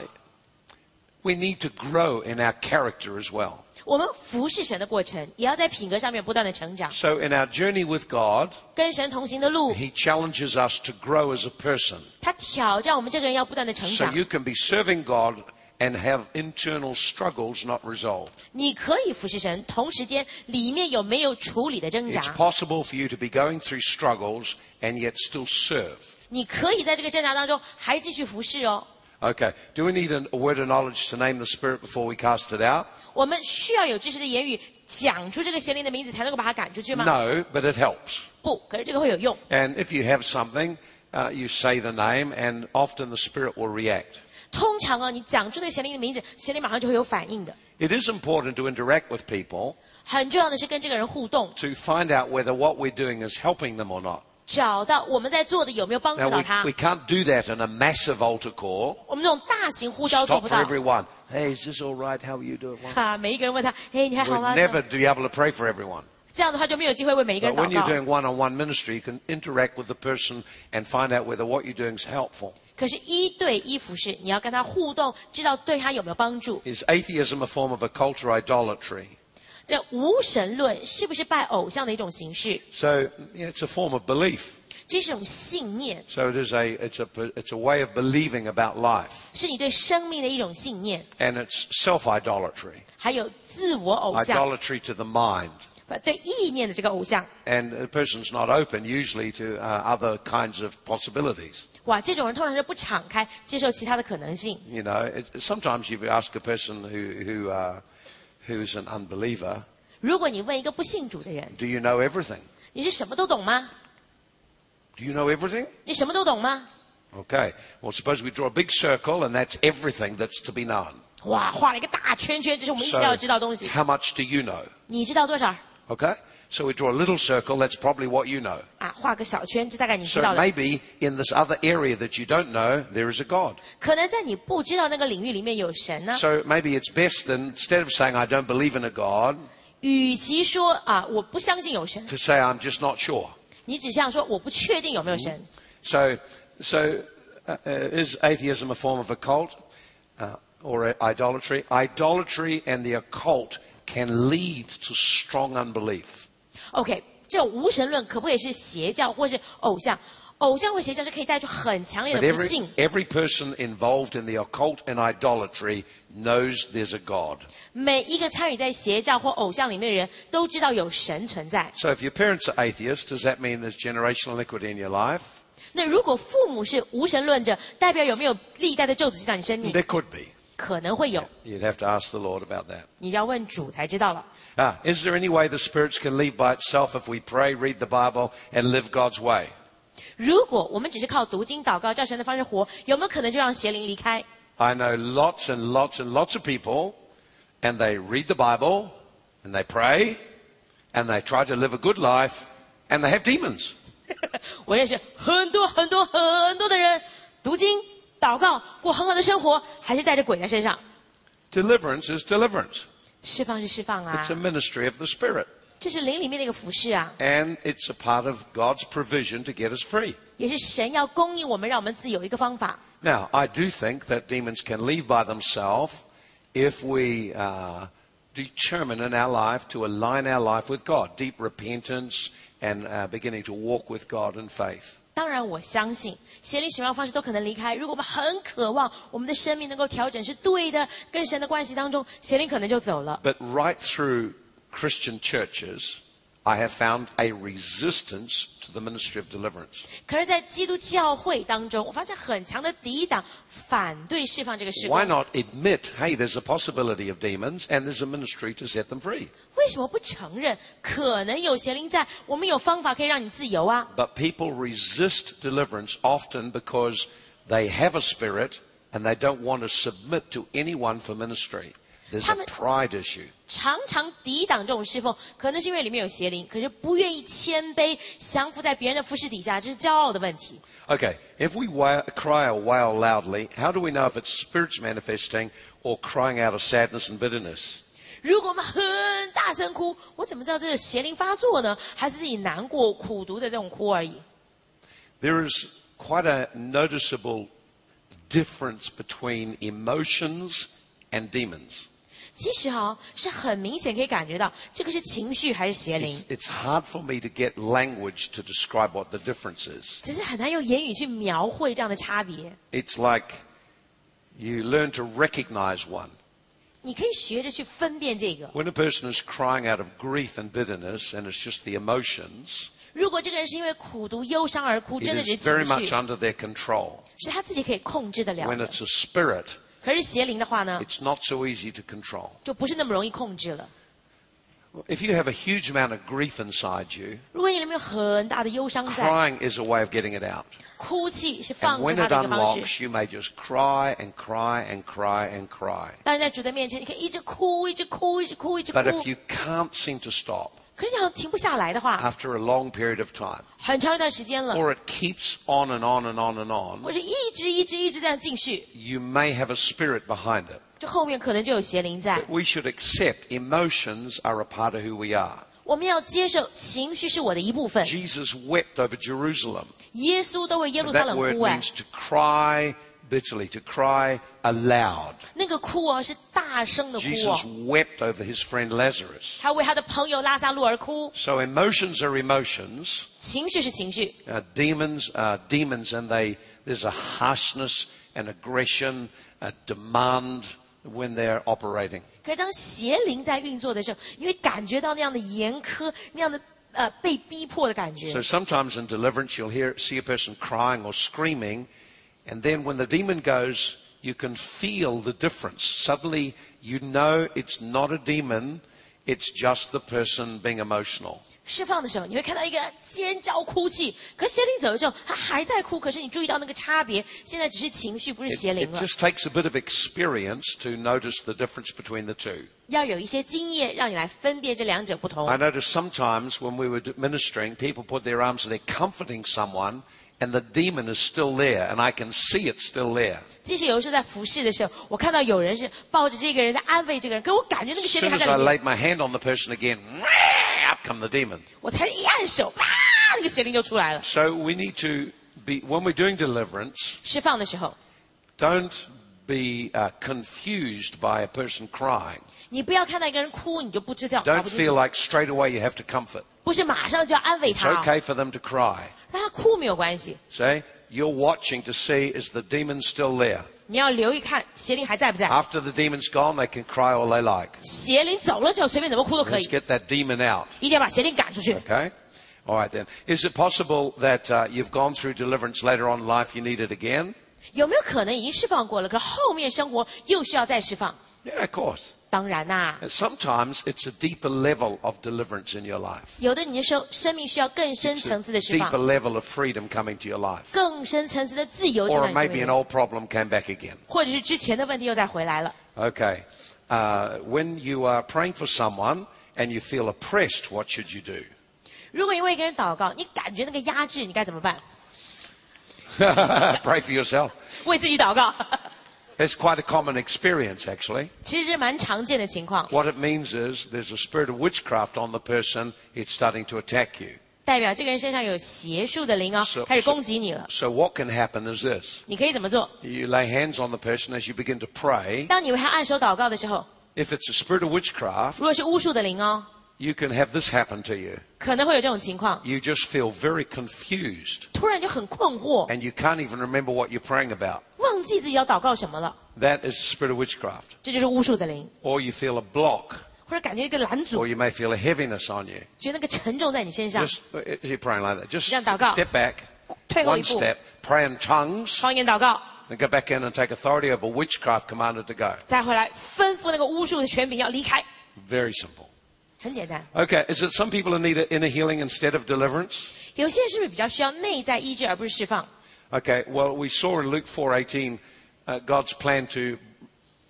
[SPEAKER 1] we need to grow in our character as well.
[SPEAKER 2] 我们服侍神的过程，也要在品格上面不断的成长。
[SPEAKER 1] So in our journey with God,
[SPEAKER 2] 跟神同行的路，
[SPEAKER 1] He challenges us to grow as a person.
[SPEAKER 2] 他挑战我们这个人要不断的成
[SPEAKER 1] So
[SPEAKER 2] 长。
[SPEAKER 1] you can be serving God and have internal struggles not resolved.
[SPEAKER 2] 你可以服侍神，同时间里面有没有处理的挣
[SPEAKER 1] It's
[SPEAKER 2] 扎？
[SPEAKER 1] possible for you to be going through struggles and yet still serve.
[SPEAKER 2] 你可以在这个挣扎当中还继续服侍哦。
[SPEAKER 1] Okay, do we need an- a word of knowledge to name the Spirit before we cast it out?
[SPEAKER 2] 我们需要有知识的言语，讲出这个邪灵的名字，才能够把它赶出去吗？
[SPEAKER 1] No, but it helps.
[SPEAKER 2] 不，可是这个会有用。
[SPEAKER 1] And if you have something, uh, you say the name, and often the Spirit will react.
[SPEAKER 2] 通常啊，你讲出这个邪灵的名字，邪灵马上就会有反应的。
[SPEAKER 1] It is important to interact with people
[SPEAKER 2] 很重要的是跟这个人互动，
[SPEAKER 1] to find out whether what we're doing is helping them or not.
[SPEAKER 2] 找到我们在做的有没有帮助
[SPEAKER 1] Now,
[SPEAKER 2] 到
[SPEAKER 1] we,
[SPEAKER 2] 他
[SPEAKER 1] we。can't do that in a massive altar call.
[SPEAKER 2] 我们这种大型呼召做
[SPEAKER 1] Stop
[SPEAKER 2] 不
[SPEAKER 1] for
[SPEAKER 2] 到
[SPEAKER 1] everyone. Hey, is this all right? How are you doing?
[SPEAKER 2] 啊！每一个人问他：“哎，你还好
[SPEAKER 1] We'll
[SPEAKER 2] 吗？”
[SPEAKER 1] never be able to pray for everyone.
[SPEAKER 2] 这样的话就没有机会为每一个
[SPEAKER 1] But
[SPEAKER 2] 人
[SPEAKER 1] when
[SPEAKER 2] 祷
[SPEAKER 1] you're
[SPEAKER 2] 告。
[SPEAKER 1] doing one-on-one ministry, you can interact with the person and find out whether what you're doing is helpful.
[SPEAKER 2] 可是，一对一服侍，你要跟他互动，知道对他有没有帮助。
[SPEAKER 1] Is atheism a form of a culture idolatry?
[SPEAKER 2] 这无神论是不是拜偶像的一种形式？
[SPEAKER 1] So yeah, it's a form of belief.
[SPEAKER 2] 这是一种信念，
[SPEAKER 1] So it is a it's a it's a way of believing about life,
[SPEAKER 2] 是你对生命的一种信念，
[SPEAKER 1] and it's self-idolatry,
[SPEAKER 2] 还有自我
[SPEAKER 1] Oh,
[SPEAKER 2] 偶像，
[SPEAKER 1] idolatry to the mind.
[SPEAKER 2] 呃对意念的这个偶像。
[SPEAKER 1] And the person's not open usually to uh, other kinds of possibilities.
[SPEAKER 2] 哇，这种人通常是不敞开接受其他的可能性。
[SPEAKER 1] You know, it, sometimes you ask a person who who uh, who's an unbeliever,
[SPEAKER 2] 如果你问一个不信主的人，
[SPEAKER 1] Do you know everything?
[SPEAKER 2] 你是什么都懂吗？
[SPEAKER 1] Do you know everything?
[SPEAKER 2] 你什么都懂吗？
[SPEAKER 1] Okay. Well, suppose we draw a big circle, and that's everything that's to be known.
[SPEAKER 2] 哇，画了一个大圈圈，这是我们一起要知道的东
[SPEAKER 1] So,
[SPEAKER 2] 西。
[SPEAKER 1] how much do you know?
[SPEAKER 2] 你知道多少
[SPEAKER 1] Okay. So we draw a little circle. That's probably what you know.
[SPEAKER 2] 啊？画个小圈，这大概你知
[SPEAKER 1] So
[SPEAKER 2] 道的。
[SPEAKER 1] maybe in this other area that you don't know, there is a God.
[SPEAKER 2] 可能在你不知道那个领域里面有神呢、
[SPEAKER 1] So maybe it's best then, instead of saying I don't believe in a God,
[SPEAKER 2] 与其说啊我不相信有神，
[SPEAKER 1] to say I'm just not sure.
[SPEAKER 2] 你只想说我不确定有没有神。
[SPEAKER 1] 嗯 So, so uh, uh, is atheism a form of occult uh, or a- idolatry? Idolatry and the occult can lead to strong unbelief.
[SPEAKER 2] OK，这种无神论可不可以是邪教或是偶像？偶像会邪教是可以带出很强烈
[SPEAKER 1] But
[SPEAKER 2] 的不
[SPEAKER 1] every,
[SPEAKER 2] 幸。
[SPEAKER 1] every person involved in the occult and idolatry knows there's a God.
[SPEAKER 2] 每一个参与在邪教或偶像里面的人都知道有神存在。
[SPEAKER 1] So if your parents are atheists, does that mean there's generational iniquity in your life?
[SPEAKER 2] 那如果父母是无神论者，代表有没有历代的咒诅进到你生命？
[SPEAKER 1] There could be.
[SPEAKER 2] 可能会有，
[SPEAKER 1] You'd have to ask the Lord about that.
[SPEAKER 2] 你要问主才知道了。
[SPEAKER 1] Ah, is there any way the spirits can leave by itself if we pray, read the Bible, and live God's way?
[SPEAKER 2] 如果我们只是靠读经、祷告、照神的方式活，有没有可能就让邪灵离开？
[SPEAKER 1] I know lots and lots and lots of people, and they read the Bible, and they pray, and they try to live a good life, and they have demons.
[SPEAKER 2] 我认识很多很多很多的人，读经、祷告，过很好的生活，还是带着鬼在身上。
[SPEAKER 1] Deliverance is deliverance.
[SPEAKER 2] 释放是释放啊
[SPEAKER 1] It's a，ministry of the Spirit,
[SPEAKER 2] 这是灵里面的一个服饰啊，
[SPEAKER 1] and it's a part of God's provision to get us free.
[SPEAKER 2] 也是神要供应我们，让我们自由一个方法。
[SPEAKER 1] Now, I do think that demons can leave by themselves if we uh, determine in our life to align our life with God, deep repentance, and uh, beginning to walk with God in faith.
[SPEAKER 2] 当然，我相信邪灵什么样的方式都可能离开。如果我们很渴望我们的生命能够调整是对的，跟神的关系当中，邪灵可能就走了。
[SPEAKER 1] But right through Christian churches, I have found a resistance to the ministry of deliverance.
[SPEAKER 2] 可是，在基督教会当中，我发现很强的抵挡、反对释放这个事
[SPEAKER 1] Why
[SPEAKER 2] 工。
[SPEAKER 1] not admit, hey, there's a possibility of demons and there's a ministry to set them free?
[SPEAKER 2] 为什么不承认可能有邪灵在？我们有方法可以让你自由啊！
[SPEAKER 1] But people resist deliverance often because they have a spirit and they don't want to submit to anyone for ministry. There's a
[SPEAKER 2] 他们-
[SPEAKER 1] pride issue.
[SPEAKER 2] 常常抵挡这种侍奉，可能是因为里面有邪灵，可是不愿意谦卑，降服在别人的服侍底下，这是骄傲的问题。
[SPEAKER 1] Okay, if we wail, cry or wail loudly, how do we know if it's spirits manifesting or crying out of sadness and bitterness?
[SPEAKER 2] 如果我们很大声哭，我怎么知道这是邪灵发作呢？还是自己难过、苦读的这种哭而已？
[SPEAKER 1] There is quite a noticeable difference between emotions and demons.
[SPEAKER 2] 其实哈、是很明显可以感觉到这个是情绪还是邪灵
[SPEAKER 1] It's,，it's hard for me to get language to describe what the difference is.
[SPEAKER 2] 只是很难用言语去描绘这样的差别。
[SPEAKER 1] It's like you learn to recognize one.
[SPEAKER 2] 你可以学着去分辨这个。
[SPEAKER 1] When a person is crying out of grief and bitterness and it's just the emotions,
[SPEAKER 2] 如果这个人是因为苦读、忧伤而哭，
[SPEAKER 1] it
[SPEAKER 2] 真的只是
[SPEAKER 1] is very
[SPEAKER 2] 情
[SPEAKER 1] much
[SPEAKER 2] 绪，
[SPEAKER 1] under their control.
[SPEAKER 2] 是他自己可以控制得了
[SPEAKER 1] When
[SPEAKER 2] 的。
[SPEAKER 1] it's a spirit,
[SPEAKER 2] 可是邪灵的话呢，
[SPEAKER 1] it's not so easy to control.
[SPEAKER 2] 就不是那么容易控制了。
[SPEAKER 1] If you have a huge amount of grief inside you,
[SPEAKER 2] 如果你里面有很大的忧伤在，
[SPEAKER 1] crying is a way of getting it out.
[SPEAKER 2] 哭泣是
[SPEAKER 1] And
[SPEAKER 2] 放出
[SPEAKER 1] when
[SPEAKER 2] 他
[SPEAKER 1] it
[SPEAKER 2] 的一个方
[SPEAKER 1] unlocks,
[SPEAKER 2] 式。
[SPEAKER 1] you may just cry and cry and cry and cry.
[SPEAKER 2] 当然，在主的面前，你可以一直哭，一直哭，一直哭，一直哭。
[SPEAKER 1] But if you can't seem to stop
[SPEAKER 2] 可是你好像停不下来的话，
[SPEAKER 1] after a long period of time,
[SPEAKER 2] 很长一段时间了，
[SPEAKER 1] or it keeps on and on and on and on,
[SPEAKER 2] 或者一直一直一直这样进去，
[SPEAKER 1] you may have a spirit behind it.
[SPEAKER 2] 这后面可能就有邪灵在。
[SPEAKER 1] We should accept emotions are a part of who we are.
[SPEAKER 2] 我们要接受情绪是我的一部分。
[SPEAKER 1] Jesus wept over Jerusalem.
[SPEAKER 2] 耶稣都为耶路
[SPEAKER 1] And
[SPEAKER 2] 撒冷
[SPEAKER 1] that word
[SPEAKER 2] 哭哎，
[SPEAKER 1] means to cry bitterly, to cry aloud.
[SPEAKER 2] 那个哭哦是大声的哭
[SPEAKER 1] Jesus
[SPEAKER 2] 哦，
[SPEAKER 1] wept over his friend Lazarus.
[SPEAKER 2] 他为他的朋友拉萨路而哭。
[SPEAKER 1] So emotions are emotions.
[SPEAKER 2] 情绪是情绪，
[SPEAKER 1] Uh, demons are demons, and they there's a harshness and aggression, a demand when they're operating.
[SPEAKER 2] 可是当邪灵在运作的时候，你会感觉到那样的严苛，那样的呃被逼迫的感觉
[SPEAKER 1] So。sometimes in deliverance, you'll hear, see a person crying or screaming, and then when the demon goes, you can feel the difference. Suddenly, you know it's not a demon, it's just the person being emotional.
[SPEAKER 2] 释放的时候，你会看到一个人尖叫哭泣，可是邪灵走了之后，他啊还在哭，可是你注意到那个差别，现在只是情绪，不是
[SPEAKER 1] It,
[SPEAKER 2] 邪灵
[SPEAKER 1] it
[SPEAKER 2] 了。
[SPEAKER 1] just takes a bit of experience to notice the difference between the two.
[SPEAKER 2] 要有一些经验，让你来分辨这两者不同
[SPEAKER 1] I。noticed sometimes when we were ministering, people put their arms and they're comforting someone, and the demon is still there, and I can see it's still there.
[SPEAKER 2] 即使有时候在服侍的时候，我看到有人是抱着这个人在安慰这个人，可我感觉那个
[SPEAKER 1] As
[SPEAKER 2] 邪灵
[SPEAKER 1] soon
[SPEAKER 2] 还
[SPEAKER 1] as
[SPEAKER 2] 在
[SPEAKER 1] I
[SPEAKER 2] 里面。
[SPEAKER 1] laid my hand on the person again, up come the demon.
[SPEAKER 2] 我才一按手，啪，那个邪灵就出来了。
[SPEAKER 1] So we need to be, when we're doing deliverance,
[SPEAKER 2] 释放的时候，
[SPEAKER 1] don't be uh, confused by a person crying.
[SPEAKER 2] 你不要看到一个人哭，你就不知道，搞
[SPEAKER 1] Don't
[SPEAKER 2] 不清楚
[SPEAKER 1] feel like straight away you have to comfort.
[SPEAKER 2] 不是马上就要安慰
[SPEAKER 1] It's
[SPEAKER 2] 他、
[SPEAKER 1] okay for them to cry.
[SPEAKER 2] 让让他哭没有关系，
[SPEAKER 1] Say, you're watching to see is the demon still there?
[SPEAKER 2] 你要留意看邪灵还在不在。
[SPEAKER 1] After the demon's gone, they can cry all they like.
[SPEAKER 2] 邪灵走了之后，随便怎么哭都可
[SPEAKER 1] Let's
[SPEAKER 2] 以，
[SPEAKER 1] get that demon out.
[SPEAKER 2] 一定要把邪灵赶出去。
[SPEAKER 1] Okay? All right then. Is it possible that uh, you've gone through deliverance later on in life, you need it again?
[SPEAKER 2] 有没有可能已经释放过了，可是后面生活又需要再释放？
[SPEAKER 1] Yeah, of course.
[SPEAKER 2] 当然啦、
[SPEAKER 1] And sometimes it's a deeper level of deliverance in your life.
[SPEAKER 2] 有的你的生生命需要更深
[SPEAKER 1] It's
[SPEAKER 2] 层
[SPEAKER 1] a
[SPEAKER 2] 次的释
[SPEAKER 1] deeper
[SPEAKER 2] 放，
[SPEAKER 1] level of freedom coming to your life.
[SPEAKER 2] 更深层次的自由进
[SPEAKER 1] Or
[SPEAKER 2] 来
[SPEAKER 1] it
[SPEAKER 2] 你
[SPEAKER 1] may
[SPEAKER 2] 生
[SPEAKER 1] be
[SPEAKER 2] 命
[SPEAKER 1] an
[SPEAKER 2] 中，
[SPEAKER 1] old problem came back again.
[SPEAKER 2] 或者是之前的问题又再回来了。
[SPEAKER 1] Okay. Uh, when you are praying for someone and you feel oppressed, what should you do?
[SPEAKER 2] 如果你为一个人祷告，你感觉那个压制，你该怎么办？
[SPEAKER 1] Pray for yourself.
[SPEAKER 2] 为自己祷告，
[SPEAKER 1] It's quite a common experience, actually.
[SPEAKER 2] 其实是蛮常见的情况，
[SPEAKER 1] What it means is there's a spirit of witchcraft on the person. It's starting to attack you.
[SPEAKER 2] 代表这个人身上有邪术的灵啊、
[SPEAKER 1] 是
[SPEAKER 2] 开始攻击你了。
[SPEAKER 1] So what can happen is this.
[SPEAKER 2] 你可以怎么做？
[SPEAKER 1] You lay hands on the person as you begin to pray.
[SPEAKER 2] 当你为他按手祷告的时候，
[SPEAKER 1] If it's a spirit of witchcraft,
[SPEAKER 2] 如果是巫术的灵哦，
[SPEAKER 1] you can have this happen to you.
[SPEAKER 2] 可能会有这种情况，
[SPEAKER 1] You just feel very confused
[SPEAKER 2] 突然就很困惑，
[SPEAKER 1] and you can't even remember what you're praying about.
[SPEAKER 2] 忘记自己要祷告什么了，
[SPEAKER 1] That is the spirit of witchcraft.
[SPEAKER 2] 这就是巫术的灵，
[SPEAKER 1] Or you feel a block
[SPEAKER 2] 或者感觉一个拦阻
[SPEAKER 1] or，you may feel a heaviness on you.
[SPEAKER 2] 觉得那个沉重在你身上，
[SPEAKER 1] Just uh, if you're praying like that. Just
[SPEAKER 2] 这样祷告。
[SPEAKER 1] step back,
[SPEAKER 2] 退后一
[SPEAKER 1] one
[SPEAKER 2] 步，
[SPEAKER 1] step, pray in tongues,
[SPEAKER 2] 方言祷告。
[SPEAKER 1] then go back in and take authority over witchcraft commanded to go.
[SPEAKER 2] 再回来吩咐那个巫术的权柄要离开，
[SPEAKER 1] Very simple.
[SPEAKER 2] 很简单。
[SPEAKER 1] Okay, is it some people who need a inner healing instead of deliverance?
[SPEAKER 2] 有些人是不是比较需要内在医治而不是释放？
[SPEAKER 1] Okay, well we saw in Luke 4:18 uh, God's plan to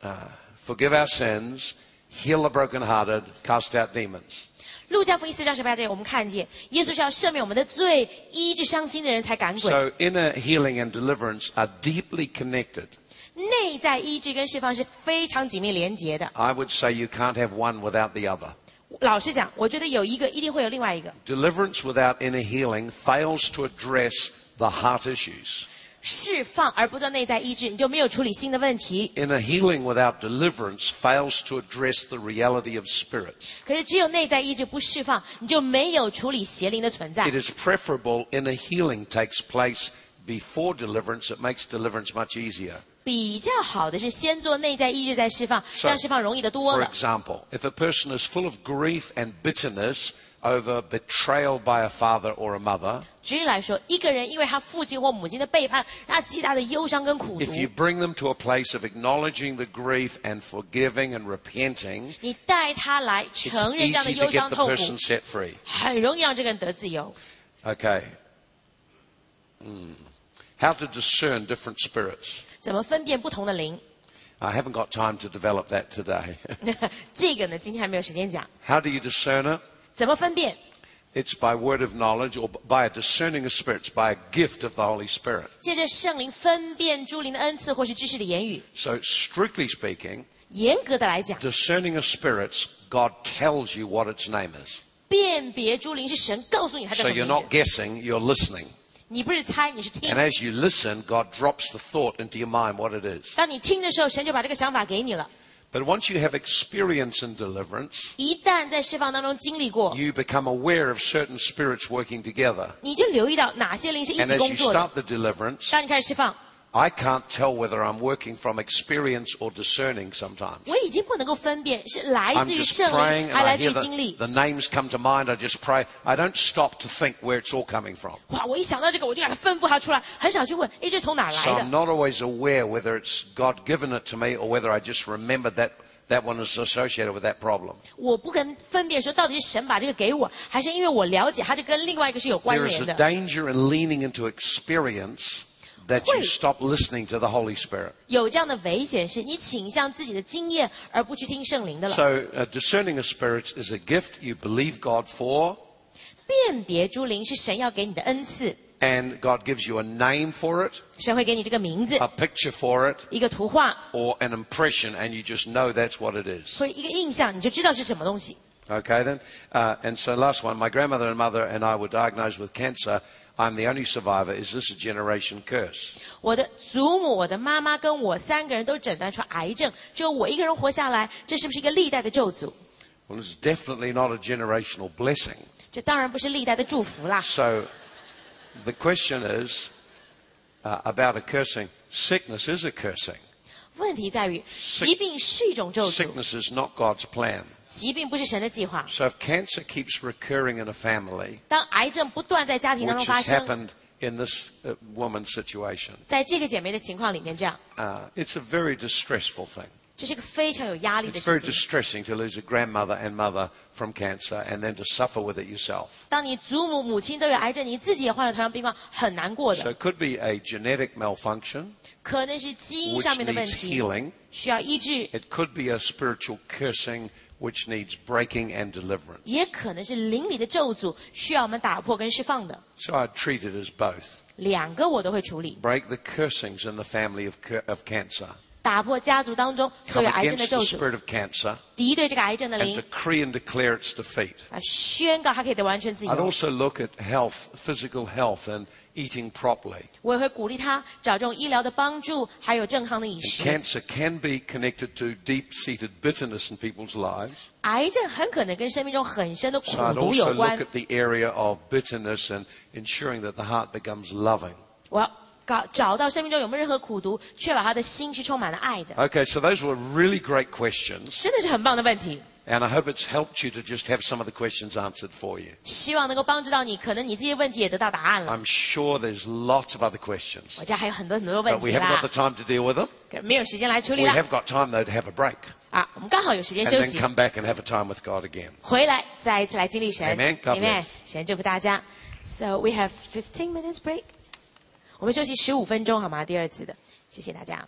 [SPEAKER 1] uh, forgive our sins, heal the brokenhearted, cast out demons.
[SPEAKER 2] 路加福音四章十八节，我们看见耶稣是要赦免我们的罪，医治伤心的人才赶鬼。
[SPEAKER 1] So inner healing and deliverance are deeply connected.
[SPEAKER 2] 内在医治跟释放是非常紧密连结的。
[SPEAKER 1] I would say you can't have one without the other.
[SPEAKER 2] 老实讲，我觉得有一个一定会有另外一个。
[SPEAKER 1] Deliverance without inner healing fails to address the heart issues.
[SPEAKER 2] 释放而不做内在医治，你就没有处理心的问题。
[SPEAKER 1] Inner healing without deliverance fails to address the reality of spirit.
[SPEAKER 2] 可是只有内在医治不释放，你就没有处理邪灵的存在
[SPEAKER 1] It。is preferable inner healing takes place before deliverance. It makes deliverance much easier.
[SPEAKER 2] 比较好的是先做内在医治再释放，这样释放容易的多
[SPEAKER 1] For
[SPEAKER 2] 了。
[SPEAKER 1] example, if a person is full of grief and bitterness over betrayal by a father or a mother,
[SPEAKER 2] 举例来说，一个人因为他父亲或母亲的背叛，让他极大的忧伤跟苦
[SPEAKER 1] if you
[SPEAKER 2] 毒。
[SPEAKER 1] bring them to a place of acknowledging the grief and forgiving and repenting,
[SPEAKER 2] 你带他来
[SPEAKER 1] it's
[SPEAKER 2] 承认这样的
[SPEAKER 1] easy to get
[SPEAKER 2] 忧伤
[SPEAKER 1] the
[SPEAKER 2] 痛
[SPEAKER 1] person
[SPEAKER 2] 苦，
[SPEAKER 1] set free.
[SPEAKER 2] 很容易让这个人得自由。
[SPEAKER 1] Okay. Hmm. How to discern different spirits.
[SPEAKER 2] 怎么分辨不同的灵？
[SPEAKER 1] I haven't got time to develop that today.
[SPEAKER 2] 这个呢，今天还没有时间讲。
[SPEAKER 1] How do you discern it?
[SPEAKER 2] 怎么分辨？
[SPEAKER 1] It's by word of knowledge or by a discerning of spirits, by a gift of the Holy Spirit.
[SPEAKER 2] 借着圣灵分辨诸灵的恩赐或是知识的言语。
[SPEAKER 1] So, strictly speaking,
[SPEAKER 2] 严格的来讲，
[SPEAKER 1] discerning of spirits, God tells you what its name is.
[SPEAKER 2] 辨别诸灵是神告诉你他叫
[SPEAKER 1] So
[SPEAKER 2] 什
[SPEAKER 1] you're
[SPEAKER 2] 么名
[SPEAKER 1] not
[SPEAKER 2] 字。
[SPEAKER 1] guessing, you're listening.
[SPEAKER 2] 你不是猜，你是听
[SPEAKER 1] And。as you listen, God drops the thought into your mind what it is.
[SPEAKER 2] 当你听的时候，神就把这个想法给你了。
[SPEAKER 1] But once you have experience in deliverance,
[SPEAKER 2] 一旦在释放当中经历过，
[SPEAKER 1] you become aware of certain spirits working together.
[SPEAKER 2] 你就留意到哪些灵是一
[SPEAKER 1] And
[SPEAKER 2] 起
[SPEAKER 1] as
[SPEAKER 2] 工
[SPEAKER 1] you
[SPEAKER 2] 作的。
[SPEAKER 1] start the deliverance,
[SPEAKER 2] 当你开始释放，
[SPEAKER 1] I can't tell whether I'm working from experience or discerning sometimes.
[SPEAKER 2] 我已经不能够分辨是来
[SPEAKER 1] I'm
[SPEAKER 2] 自于
[SPEAKER 1] just
[SPEAKER 2] 圣灵，
[SPEAKER 1] praying and
[SPEAKER 2] 还
[SPEAKER 1] I
[SPEAKER 2] 来自
[SPEAKER 1] hear
[SPEAKER 2] 于经
[SPEAKER 1] the,
[SPEAKER 2] 历。
[SPEAKER 1] the names come to mind. I just pray. I don't stop to think where it's all coming from.
[SPEAKER 2] 哇，我一想到这个，我就给他吩咐他出来，很少去问，哎诶，这从哪儿来
[SPEAKER 1] So I'm
[SPEAKER 2] 的？
[SPEAKER 1] not always aware whether it's God given it to me or whether I just remembered that that one is associated with that problem.
[SPEAKER 2] 我不跟分辨说到底是神把这个给我，还是因为我了解它这跟另外一个是有关
[SPEAKER 1] There is
[SPEAKER 2] 联
[SPEAKER 1] a
[SPEAKER 2] 的。
[SPEAKER 1] danger in leaning into experience that you
[SPEAKER 2] Wait.
[SPEAKER 1] stop listening to the Holy Spirit.
[SPEAKER 2] 有这样的危险是你倾向自己的经验，而不去听圣灵的了。
[SPEAKER 1] So uh, discerning of spirits is a gift you believe God for,
[SPEAKER 2] 辨别诸灵是神要给你的恩赐，
[SPEAKER 1] and God gives you a name for it,
[SPEAKER 2] 神会给你这个名字
[SPEAKER 1] a、picture for it,
[SPEAKER 2] 一个图画
[SPEAKER 1] or an impression, and you just know that's what it is.
[SPEAKER 2] 或者一个印象，你就知道是什么东西。
[SPEAKER 1] Okay then. Uh, and so last one, my grandmother and mother and I were diagnosed with cancer. I'm the only survivor. Is this a generation curse?
[SPEAKER 2] 我的祖母、我的妈妈跟我三个人都诊断出癌症，只有我一个人活下来，这是不是一个历代的咒诅？
[SPEAKER 1] Well, it's definitely not a generational blessing.
[SPEAKER 2] 这当然不是历代的祝福啦。
[SPEAKER 1] So The question is uh, about a cursing. Sickness is a cursing.
[SPEAKER 2] 问题在于，疾病是一种咒诅，
[SPEAKER 1] Sickness is not God's plan.
[SPEAKER 2] 疾病不是神的计划。
[SPEAKER 1] So if cancer keeps recurring in a family,
[SPEAKER 2] 当癌症不断在家庭当中
[SPEAKER 1] which
[SPEAKER 2] 发
[SPEAKER 1] has
[SPEAKER 2] 生，
[SPEAKER 1] happened in this uh, woman's situation,
[SPEAKER 2] 在这个姐妹的情况里面，这样，
[SPEAKER 1] uh, it's a very distressful thing.
[SPEAKER 2] 这是个非常有压力的
[SPEAKER 1] It's very
[SPEAKER 2] 事情。
[SPEAKER 1] distressing to lose a grandmother and mother from cancer and then to suffer with it yourself.
[SPEAKER 2] 当你祖母、母亲都有癌症，你自己也患了同样病况，很难过
[SPEAKER 1] So
[SPEAKER 2] 的。
[SPEAKER 1] it could be a genetic malfunction
[SPEAKER 2] 可能是基因
[SPEAKER 1] which
[SPEAKER 2] 上面的问
[SPEAKER 1] needs
[SPEAKER 2] 题，
[SPEAKER 1] healing.
[SPEAKER 2] 需要医治；
[SPEAKER 1] It could be a spiritual cursing which needs breaking and deliverance.
[SPEAKER 2] 也可能是邻里的咒诅，需要我们打破跟释放的。
[SPEAKER 1] So I treat it as both.
[SPEAKER 2] 两个我都会处理，
[SPEAKER 1] Break the cursings in the family of, cur- of cancer.
[SPEAKER 2] 打破家族当中所
[SPEAKER 1] Come
[SPEAKER 2] 有癌症的
[SPEAKER 1] against
[SPEAKER 2] 咒
[SPEAKER 1] the
[SPEAKER 2] 诅，
[SPEAKER 1] spirit of cancer
[SPEAKER 2] 敌对这个癌症的
[SPEAKER 1] and
[SPEAKER 2] 灵
[SPEAKER 1] decree and declare its defeat.
[SPEAKER 2] 啊，宣告它可以得完全自
[SPEAKER 1] I'd
[SPEAKER 2] 由。
[SPEAKER 1] also look at health, physical health, and eating properly.
[SPEAKER 2] 我也会鼓励他找这种医疗的帮助，还有健康的饮
[SPEAKER 1] And
[SPEAKER 2] 食。
[SPEAKER 1] cancer can be connected to deep-seated bitterness in people's lives.
[SPEAKER 2] 癌症很可能跟生命中很深的苦
[SPEAKER 1] So I'd
[SPEAKER 2] 毒
[SPEAKER 1] also
[SPEAKER 2] 有
[SPEAKER 1] look
[SPEAKER 2] 关
[SPEAKER 1] at。the area of bitterness and ensuring that the heart becomes loving.
[SPEAKER 2] 我要搞找到生命中有没有任何苦毒，确保他的心是充满了爱的。
[SPEAKER 1] Okay, so those were really great questions,
[SPEAKER 2] 真的是很棒的问题，
[SPEAKER 1] and I hope it's helped you to just have some of the questions answered for you.
[SPEAKER 2] 希望能够帮助到你。可能你这些问题也得到答案了。
[SPEAKER 1] I'm sure there's lots of other questions,
[SPEAKER 2] 我这还有很多很多问
[SPEAKER 1] but we
[SPEAKER 2] 题
[SPEAKER 1] haven't
[SPEAKER 2] 啦
[SPEAKER 1] got the，time to deal with them.
[SPEAKER 2] 可没有时间来处
[SPEAKER 1] We
[SPEAKER 2] 理了
[SPEAKER 1] have got time though to have a break
[SPEAKER 2] 啊。我们刚好有时间
[SPEAKER 1] and
[SPEAKER 2] 休
[SPEAKER 1] then
[SPEAKER 2] 息，
[SPEAKER 1] come back and have a time with God again.
[SPEAKER 2] 回来再一次来经历神。
[SPEAKER 1] Amen. God
[SPEAKER 2] Amen.
[SPEAKER 1] bless.
[SPEAKER 2] 神祝福大家。So we have fifteen minutes break. 我们休息十五分钟好吗？第二次的，谢谢大家。